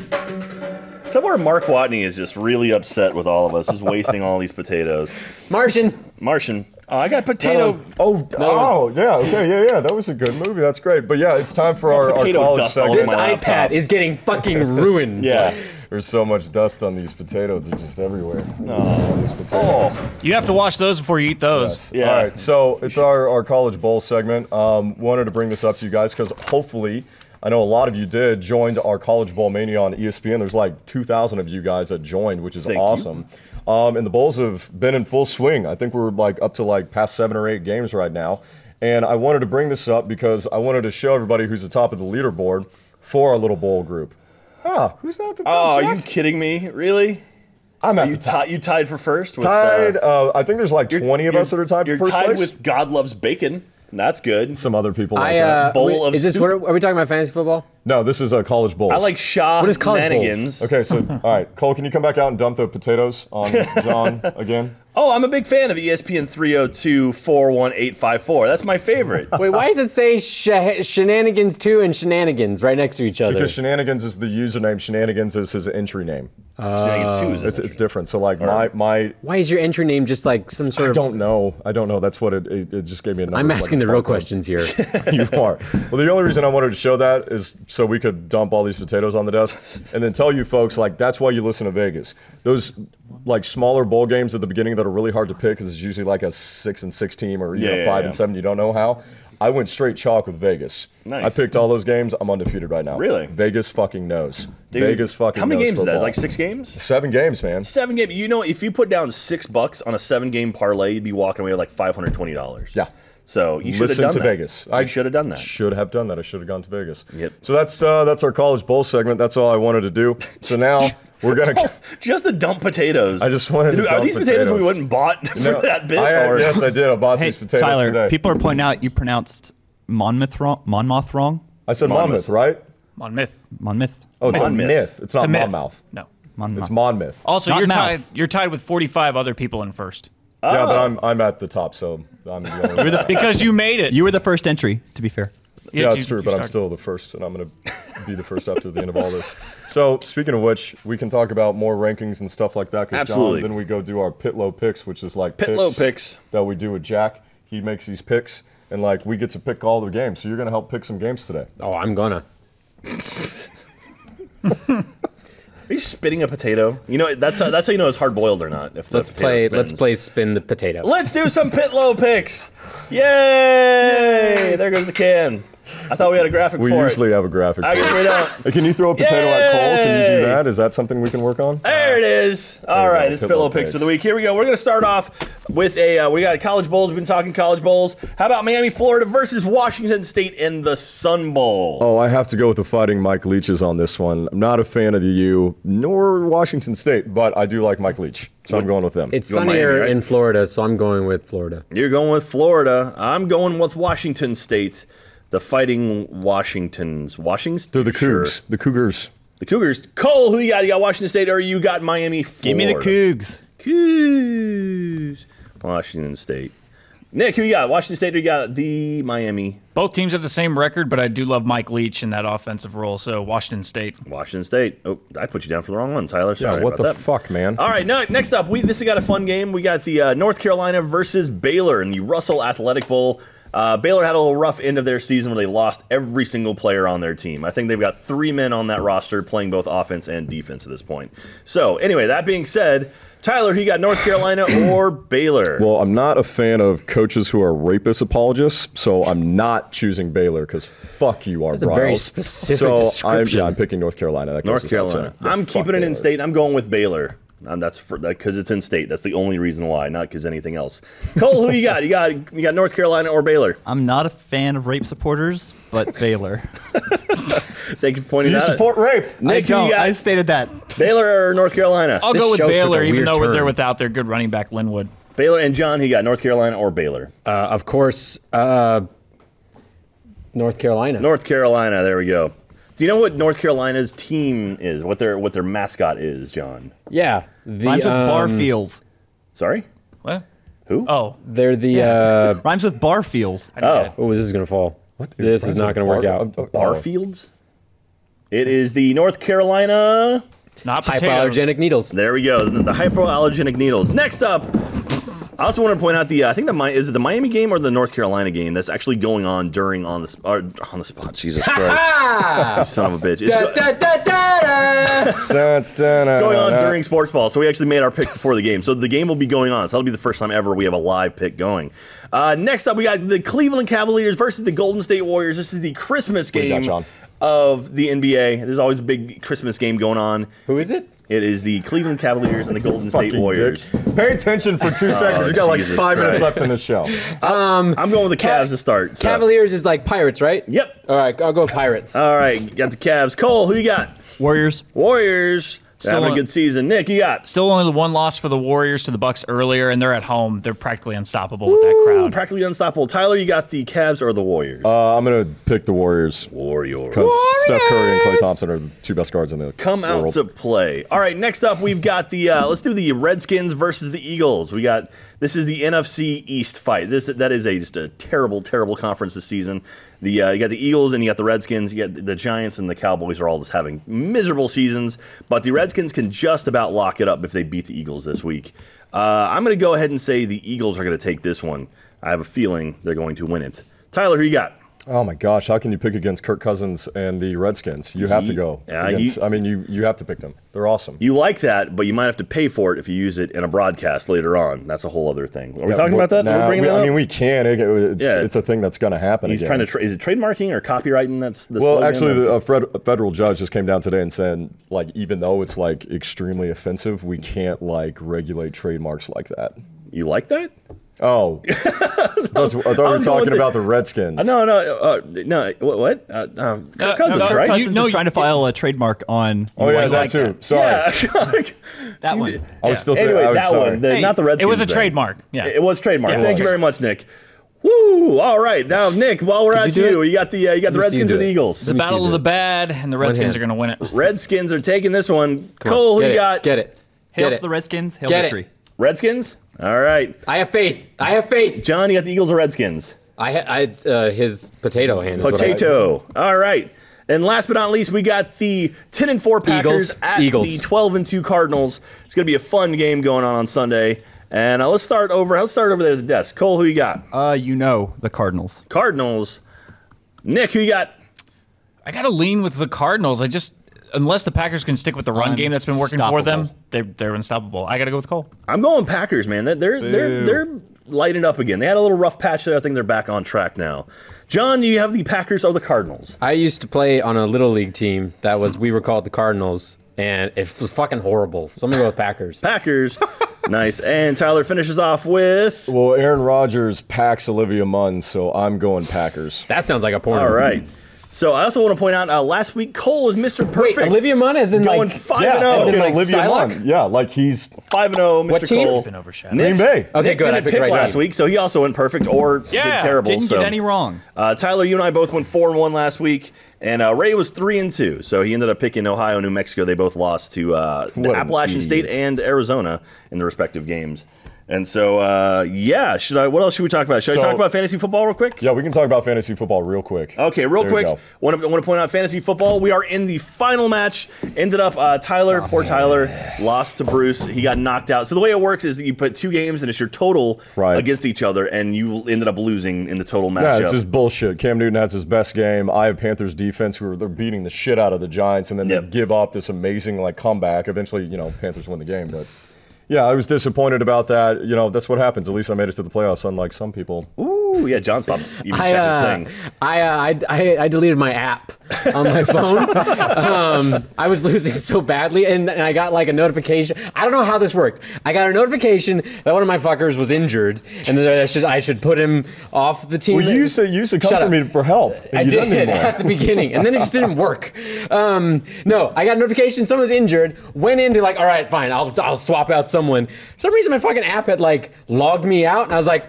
Somewhere Mark Watney is just really upset with all of us, just wasting all these potatoes. Martian. Martian, oh, I got potato. oh oh yeah okay yeah yeah that was a good movie that's great. But yeah, it's time for our, our Potato college dust all over segment. This my iPad laptop. is *laughs* getting fucking ruined. Yeah. There's so much dust on these potatoes; they're just everywhere. On these potatoes. Oh, You have to wash those before you eat those. Yeah. All right. So it's our, our college bowl segment. Um, wanted to bring this up to you guys because hopefully, I know a lot of you did joined our college bowl mania on E ESPN. There's like 2,000 of you guys that joined, which is Thank you. awesome. Um, and the bowls have been in full swing. I think we're like up to like past seven or eight games right now. And I wanted to bring this up because I wanted to show everybody who's the top of the leaderboard for our little bowl group. Huh? Who's not at the oh top? are you Jack? kidding me? Really? I'm at You, the top. ti- you tied for first? With, Tied. uh, Uh, I think there's like 20 of you're- us that are tied for You're first tied place. with God Loves Bacon. and That's good. some other people like I, that. uh, Bowl wait, of is this soup. what are, are we talking about fantasy football? No, this is a college bowl. I like Shaw What is college bowls? Nanigans. *laughs* Okay, *laughs* so all right, Cole, can you come back out and dump the potatoes on John again? Oh, I'm a big fan of ESPN 302 41854. That's my *laughs* favorite. Wait, why does it say sh- shenanigans two and shenanigans right next to each other? Because shenanigans is the username, shenanigans is his entry name. Shenanigans too, Oh, is It's, it? it's different. So like my my why is your entry name just like some sort I of? don't know. I don't know. That's what it it, it just gave me a number. I'm like asking a the real barcode. questions here. *laughs* *laughs* you are. Well, the only reason I wanted to show that is so we could dump all these potatoes on the desk and then tell you folks, like, that's why you listen to Vegas. Those, like, smaller bowl games at the beginning that are really hard to pick because it's usually like a six and six team or, you Yeah, know, yeah, five yeah. and seven. You don't know how. I went straight chalk with Vegas. Nice. I picked all those games. I'm undefeated right now. Really? Vegas fucking knows. Dude, Vegas fucking How many knows games is that? football. Like six games? Seven games, man. Seven game. You know, if you put down six bucks on a seven game parlay, you'd be walking away with like five hundred twenty dollars. Yeah. So you should have Listen done to that. Vegas. I should have done that. *laughs* Should have done that. I should have gone to Vegas. Yep. So that's uh, that's our college bowl segment. That's all I wanted to do. So *laughs* now we're Oh, gonna. just to dump potatoes. I just wanted to Dude, are dump these potatoes, we potatoes. went and bought *laughs* for No, that bit? I, or- yes, I did. I bought Hey, these potatoes Tyler, today. people are pointing out you pronounced Monmouth wrong. Monmouth wrong. I said Monmouth, Monmouth. right? on myth. Monmouth. Oh, it's Monmouth. a myth. It's not It's a myth. Monmouth. No. Monmouth. It's Monmouth. Also, Not you're mouth. tied. You're tied with 45 other people in first Yeah, Oh. but I'm I'm at the top, so I'm. The *laughs* only one. because you made it. you were the first entry, to be fair. yeah, you- it's true, you but I'm started. still the first, and I'm going to be the first up to the end of all *laughs* this. So, speaking of which, we can talk about more rankings and stuff like that. 'cause Absolutely. John, then we go do our pit low picks, which is like Pit low picks. that we do with Jack. He makes these picks, and like we get to pick all the games. So you're going to help pick some games today. oh, I'm gonna. *laughs* Are you spitting a potato? You know that's how, that's how you know it's hard boiled or not. If the Let's potato play. Let's spins. play spin the potato. Let's do some pit low picks. Yay! There goes the can. I thought we had a graphic We for usually it. have a graphic. I for guess we don't. it. Can you throw a potato at Cole? Can you Yay! do that? Is that something we can work on? There it is. All we right, go, it's Pit pillow Low picks of the Picks. week. Here we go. We're gonna start off with a. Uh, we got college bowls. We've been talking college bowls. How about Miami, Florida versus Washington State in the Sun Bowl? Oh, I have to go with the fighting Mike Leaches on this one. I'm not a fan of the U nor Washington State, but I do like Mike Leach, so I'm going with them. It's You're sunnier Miami, right? in Florida, so I'm going with Florida. You're going with Florida. I'm going with Washington State. The Fighting Washingtons. Washingtons. They're the Sure. Cougars. The Cougars. The Cougars. Cole, who you got? You got Washington State, or you got Miami? Florida. Give me the Cougs. Cougs. Washington State. Nick, who you got? Washington State, or you got the Miami? Both teams have the same record, but I do love Mike Leach in that offensive role. So Washington State. Washington State. Oh, I put you down for the wrong one, Tyler. Sorry Yeah, what the about that. fuck, man? All right, now, next up, we this has got a fun game. We got the uh, North Carolina versus Baylor in the Russell Athletic Bowl. Uh, Baylor had a little rough end of their season where they lost every single player on their team. I think they've got three men on that roster playing both offense and defense at this point. So, anyway, that being said, Tyler, who you got North Carolina or Baylor? Well, I'm not a fan of coaches who are rapist apologists, so I'm not choosing Baylor because fuck you, are That's a very specific so description. I'm, yeah, I'm picking North Carolina. That goes North without Carolina. saying. Yeah, I'm fuck keeping it Baylor. in state. I'm going with Baylor. And that's for because it's in state. That's the only reason why, not because anything else. Cole, who you got? You got you got North Carolina or Baylor? I'm not a fan of rape supporters, but Baylor. Thank you for pointing You that out. support rape. I Nick, who don't. you got? I stated that. Baylor or North Carolina? I'll This go with show took a Baylor, even weird though turn. they're without their good running back Linwood. Baylor and John, who you got? North Carolina or Baylor? Uh, of course, uh, North Carolina. North Carolina. There we go. Do you know what North Carolina's team is? What their what their mascot is, John? yeah, the Rhymes with um, Barfields. Sorry. What? Who? Oh, They're the. Uh, Rhymes with Barfields. I knew Oh. that. oh, this is *laughs* gonna fall. This is not gonna work out. Barfields. It is the North Carolina. Not potatoes. Hypoallergenic needles. There we go. The, the hypoallergenic needles. Next up, I also want to point out the uh, I think the Mi- is it the Miami game or the North Carolina game that's actually going on during on the sp- or, on the spot. Jesus Christ, You son of a bitch! It's go- It's going on during sports ball. So we actually made our pick before the game. So the game will be going on. So that'll be the first time ever we have a live pick going. Uh, next up, we got the Cleveland Cavaliers versus the Golden State Warriors. This is the Christmas do you got, game John? of the NBA. There's always a big Christmas game going on. Who is it? It is the Cleveland Cavaliers and the Golden State Fucking Warriors. Oh, dick. Pay attention for *laughs* two seconds. You got like Jesus five minutes Christ. left in the show. I'm going with the Cavs to start. so- Cavaliers is like pirates, right? Yep. Uh, All right, I'll go pirates. All right, got the Cavs. Cole, who you got? Warriors. Warriors. Still having a on- good season. Nick, you got? Still only the one loss for the Warriors to the Bucks earlier, and they're at home. They're practically unstoppable with that Ooh, crowd. practically unstoppable. Tyler, you got the Cavs or the Warriors? Uh, I'm gonna pick the Warriors Warriors. because Steph Curry and Clay Thompson are the two best guards in the Come out world. to play. All right, next up we've got the uh, let's do the Redskins versus the Eagles. We got this is the NFC East fight. This that is a just a terrible, terrible conference this season. The uh, you got the Eagles and you got the Redskins. You got the Giants and the Cowboys are all just having miserable seasons. But the Redskins can just about lock it up if they beat the Eagles this week. Uh, I'm going to go ahead and say the Eagles are going to take this one. I have a feeling they're going to win it. Tyler, who you got? Oh my gosh, how can you pick against Kirk Cousins and the Redskins? You have to Ye- go. uh, against- ye- I mean, you you have to pick them. They're awesome. You like that, but you might have to pay for it if you use it in a broadcast later on. That's a whole other thing. Are we talking about that? Are we Nah, bringing we- that I up? mean, we can. It, it's, Yeah. it's a thing that's going to happen. He's again. trying to. Tra- is it trademarking or copywriting? That's the Well, slogan? actually, the, uh, a, fred- a federal judge just came down today and said, like, even though it's like extremely offensive, we can't like regulate trademarks like that. you like that? *laughs* Oh, that's, I thought we were I'm going talking to- about the Redskins. Uh, no, no, uh, no. What? what? Uh, uh, Kirk Uh, Cousins, no, Kirk right? Cousins. Cousins no, is you- trying to file a trademark on. oh yeah, that Like- too. Sorry, *laughs* yeah. that one. I was still. thi- anyway, I was that sorry. one, the, uh, not the Redskins. It was a thing. trademark. Yeah. It was trademark. Yeah, it Thank you was. very much, Nick. Woo! All right, now Nick. While we're at you do you, it? you got the uh, you got the Let me see you Redskins do and the it. it's Eagles. a me see battle of that. the bad, and the Redskins are hand. going to win it. Redskins are taking this one. Come on, Cole, who Get you it, got? Get it. Hail Get to it. the Redskins. Hail Get it. victory. Redskins. All right, I have faith. I have faith. John, you got the Eagles or Redskins? I, ha- I uh, his potato hand. is what I- Potato. All right. And last but not least, we got the 10 and 4 Packers Eagles. at Eagles. the 12 and 2 Cardinals. It's going to be a fun game going on on Sunday. And uh, let's start over. Let's start over there at the desk. Cole, who you got? Uh, you know the Cardinals. Cardinals. Nick, who you got? I got to lean with the Cardinals. I just unless the Packers can stick with the run game that's been working for them, they're they're unstoppable. I got to go with Cole. I'm going Packers, man. They're they're they're, they're lighting up again. They had a little rough patch there. I think they're back on track now. John, do you have the Packers or the Cardinals? I used to play on a little league team that was we were called the Cardinals, and it was fucking horrible. So I'm gonna go with Packers. Packers. nice. And Tyler finishes off with Well, Aaron Rodgers packs Olivia Munn, so I'm going Packers. That sounds like a porn. All right. So I also want to point out uh, last week Cole was Mr. Wait, Perfect. Olivia Munn is in Going like five and oh. as in, Fucking like, Olivia Psylocke? Munn. Yeah, like he's Five and zero, Mr. What team? Cole. Been overshadowed. Green Nick- Bay. Okay, Nick good. I didn't picked pick the right last team. week, so he also went perfect or did Yeah, terrible. Didn't so. get any wrong. Uh, Tyler, you and I both went four and one last week, and uh, Ray was three and two. So he ended up picking Ohio, New Mexico. They both lost to uh, the What an Appalachian State idiot. and Arizona in their respective games. And so, uh, yeah. Should I? What else should we talk about? Should So- I talk about fantasy football real quick? Yeah, we can talk about fantasy football real quick. Okay, real There we quick, go. want to want to point out fantasy football. We are in the final match. Ended up uh, Oh, Tyler, poor Tyler, lost to Bruce. He got knocked out. So the way it works is that you put two games and it's your total Right. against each other, and you ended up losing in the total matchup. Yeah, this is bullshit. Cam Newton has his best game. I have Panthers defense who are they're beating the shit out of the Giants, and then they Yep. give up this amazing like comeback. Eventually, you know, Panthers win the game. But yeah, I was disappointed about that. You know, that's what happens. At least I made it to the playoffs, unlike some people. Ooh, yeah, *laughs* John stopped even I, checking uh, his thing. I, uh, I, I, I deleted my app *laughs* on my phone. um, I was losing so badly, and, and I got like a notification. I don't know how this worked. I got a notification that one of my fuckers was injured, and that I should I should put him off the team. Well, you used to, you used to come Shut for up. me for help. and I you don't did anymore. *laughs* at the beginning, and then it just didn't work. Um, no, I got a notification someone's injured. Went into like, all right, fine, I'll I'll swap out someone. For some reason, my fucking app had like logged me out, and I was like,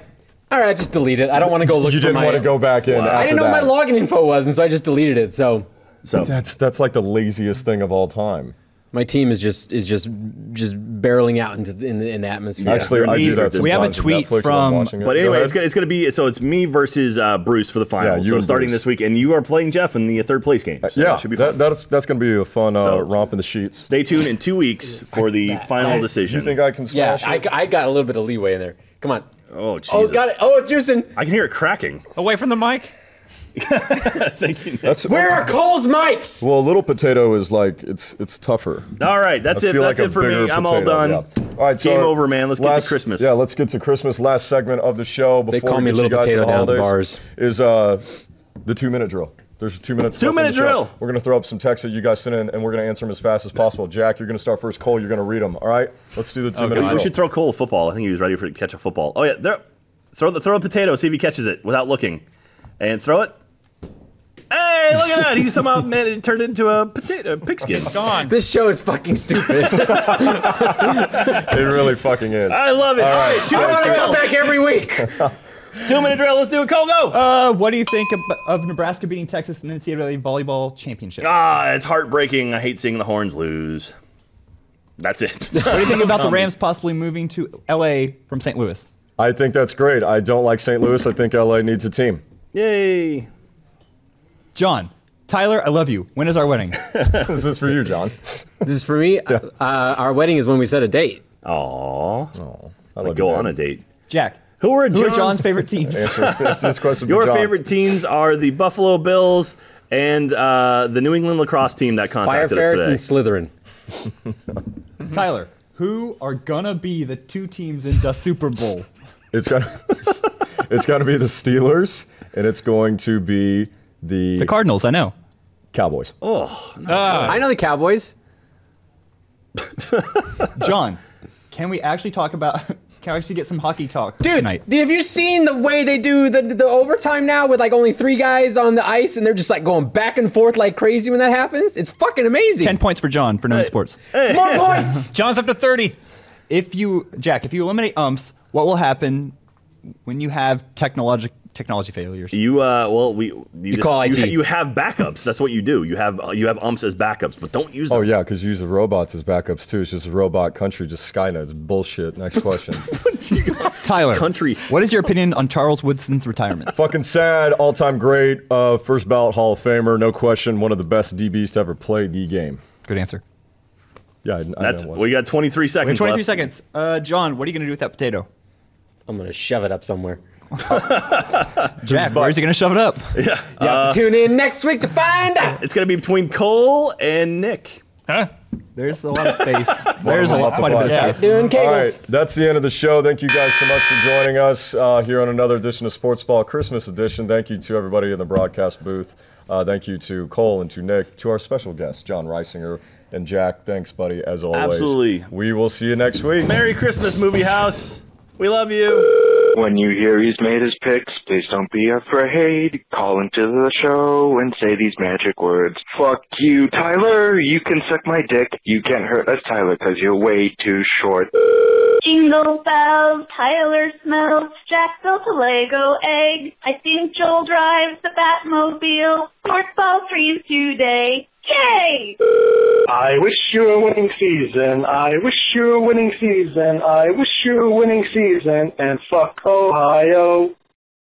All right, just delete it. I don't want to go look you for didn't my- want to go back in. I didn't know after what my that. login info was, and so I just deleted it. So So That's that's like the laziest thing of all time. my team is just is just just barreling out into the, in, the, in the atmosphere. Actually, I do that. We have a sometimes with tweet Netflix when I'm from- watching it. But Go anyway, ahead. it's gonna, it's gonna be so it's me versus uh, Bruce for the finals. you so and starting Bruce. Uh, this week, and you are playing Jeff in the uh, third place game. So yeah, that should be that- fun. that's that's going to be a fun uh, So- romp in the sheets. Stay tuned in two weeks for the final decision. You think I can yeah, smash I, it? I got a little bit of leeway in there. Come on. oh Jesus! Oh, got it. Oh, it's Juicin. I can hear it cracking. Away from the mic. Thank you. That's Where are Cole's mics? well, a little potato is like it's it's tougher. All right, that's I it. feel That's like a it for me. bigger I'm all potato, done. yeah. All right, so game our over, man. Let's get last- to Christmas. Yeah, let's get to Christmas. Last segment of the show before call we me get Little you guys to Potato down at the holidays Is uh, the two minute drill. There's two minutes. left in Two-minute the show. drill. We're gonna throw up some texts that you guys sent in, and we're gonna answer them as fast as possible. Jack, you're gonna start first. Cole, you're gonna read them. All right, let's do the two minute we, drill. we should throw Cole a football. I think he was ready for to catch a football. Oh yeah, there. Throw the throw the potato. See if he catches it without looking, and throw it. Hey, look at that! He somehow *laughs* managed it turned into a potato pigskin. Gone. This show is fucking stupid. *laughs* it really fucking *laughs* is. I love it. All right, two I minute want to come drill. back every week. Two minute drill. Let's do it. Cole, go. Uh, what do you think of, of Nebraska beating Texas in the NCAA volleyball championship? Ah, it's heartbreaking. I hate seeing the horns lose. That's it. *laughs* What do you think *laughs* about the Rams possibly moving to LA from St. Louis? I think that's great. I don't like St. Louis. I think LA needs a team. Yay. John, Tyler, I love you. When is our *laughs* wedding? this is for you, John. this is for me. Uh, our wedding is when we set a date. Oh, Aww. I Like love go you, on a man. date. Jack, Who are John's, who are John's *laughs* favorite *laughs* teams? Answer that's this question. for Your John. favorite teams are the Buffalo Bills and uh, the New England lacrosse team that Fire contacted ferrets and us today. Slytherin. Tyler, who are gonna be the two teams in the Super Bowl? It's gonna *laughs* it's gonna be the Steelers, and it's going to be the, The Cardinals, I know. Cowboys. Oh, Ah, I know the Cowboys. *laughs* John, can we actually talk about? *laughs* Can we actually get some hockey talk Dude, tonight? d- have you seen the way they do the the overtime now with like only three guys on the ice and they're just like going back and forth like crazy when that happens? It's fucking amazing. Ten points for John for knowing sports. More *laughs* points. John's up to thirty. If you, Jack, if you eliminate umps, what will happen when you have technologic technology failures? You uh, well, we you, just- call you, IT. ha- you have backups. That's what you do. You have uh, you have umps as backups, but don't use them. Oh yeah, because you use the robots as backups too. It's just a robot country, just Skynet. It's bullshit. Next *laughs* question. Tyler, Country. What is your opinion on Charles Woodson's retirement? Fucking sad, all time great, uh, first ballot Hall of Famer, no question, one of the best DBs to ever play the game. Good answer. Yeah, I, I know That's it was. we got 23 seconds. 23 left. seconds. Uh, John, what are you going to do with that potato? I'm gonna shove it up somewhere. Jack, where's he going to shove *laughs* it up? You have to tune in next week to find out. It's gonna be between Cole and Nick. Huh? There's a lot of space. There's a lot, quite a bit of Yeah. space. Doing All kegels. right, that's the end of the show. Thank you guys so much for joining us uh, here on another edition of Sports Ball Christmas Edition. Thank you to everybody in the broadcast booth. Uh, thank you to Cole and to Nick, to our special guests, John Reisinger and Jack. Thanks, buddy, as always. Absolutely. We will see you next week. Merry Christmas, movie house. We love you. When you hear he's made his picks, please don't be afraid. Call into the show and say these magic words. Fuck you, Tyler. You can suck my dick. You can't hurt us, Tyler, because you're way too short. Jingle bells, Tyler smells, Jack built a Lego egg. I think Joel drives the Batmobile. Sports ball freeze today. Yay! I wish you a winning season. I wish you a winning season. I wish you a winning season. And fuck Ohio.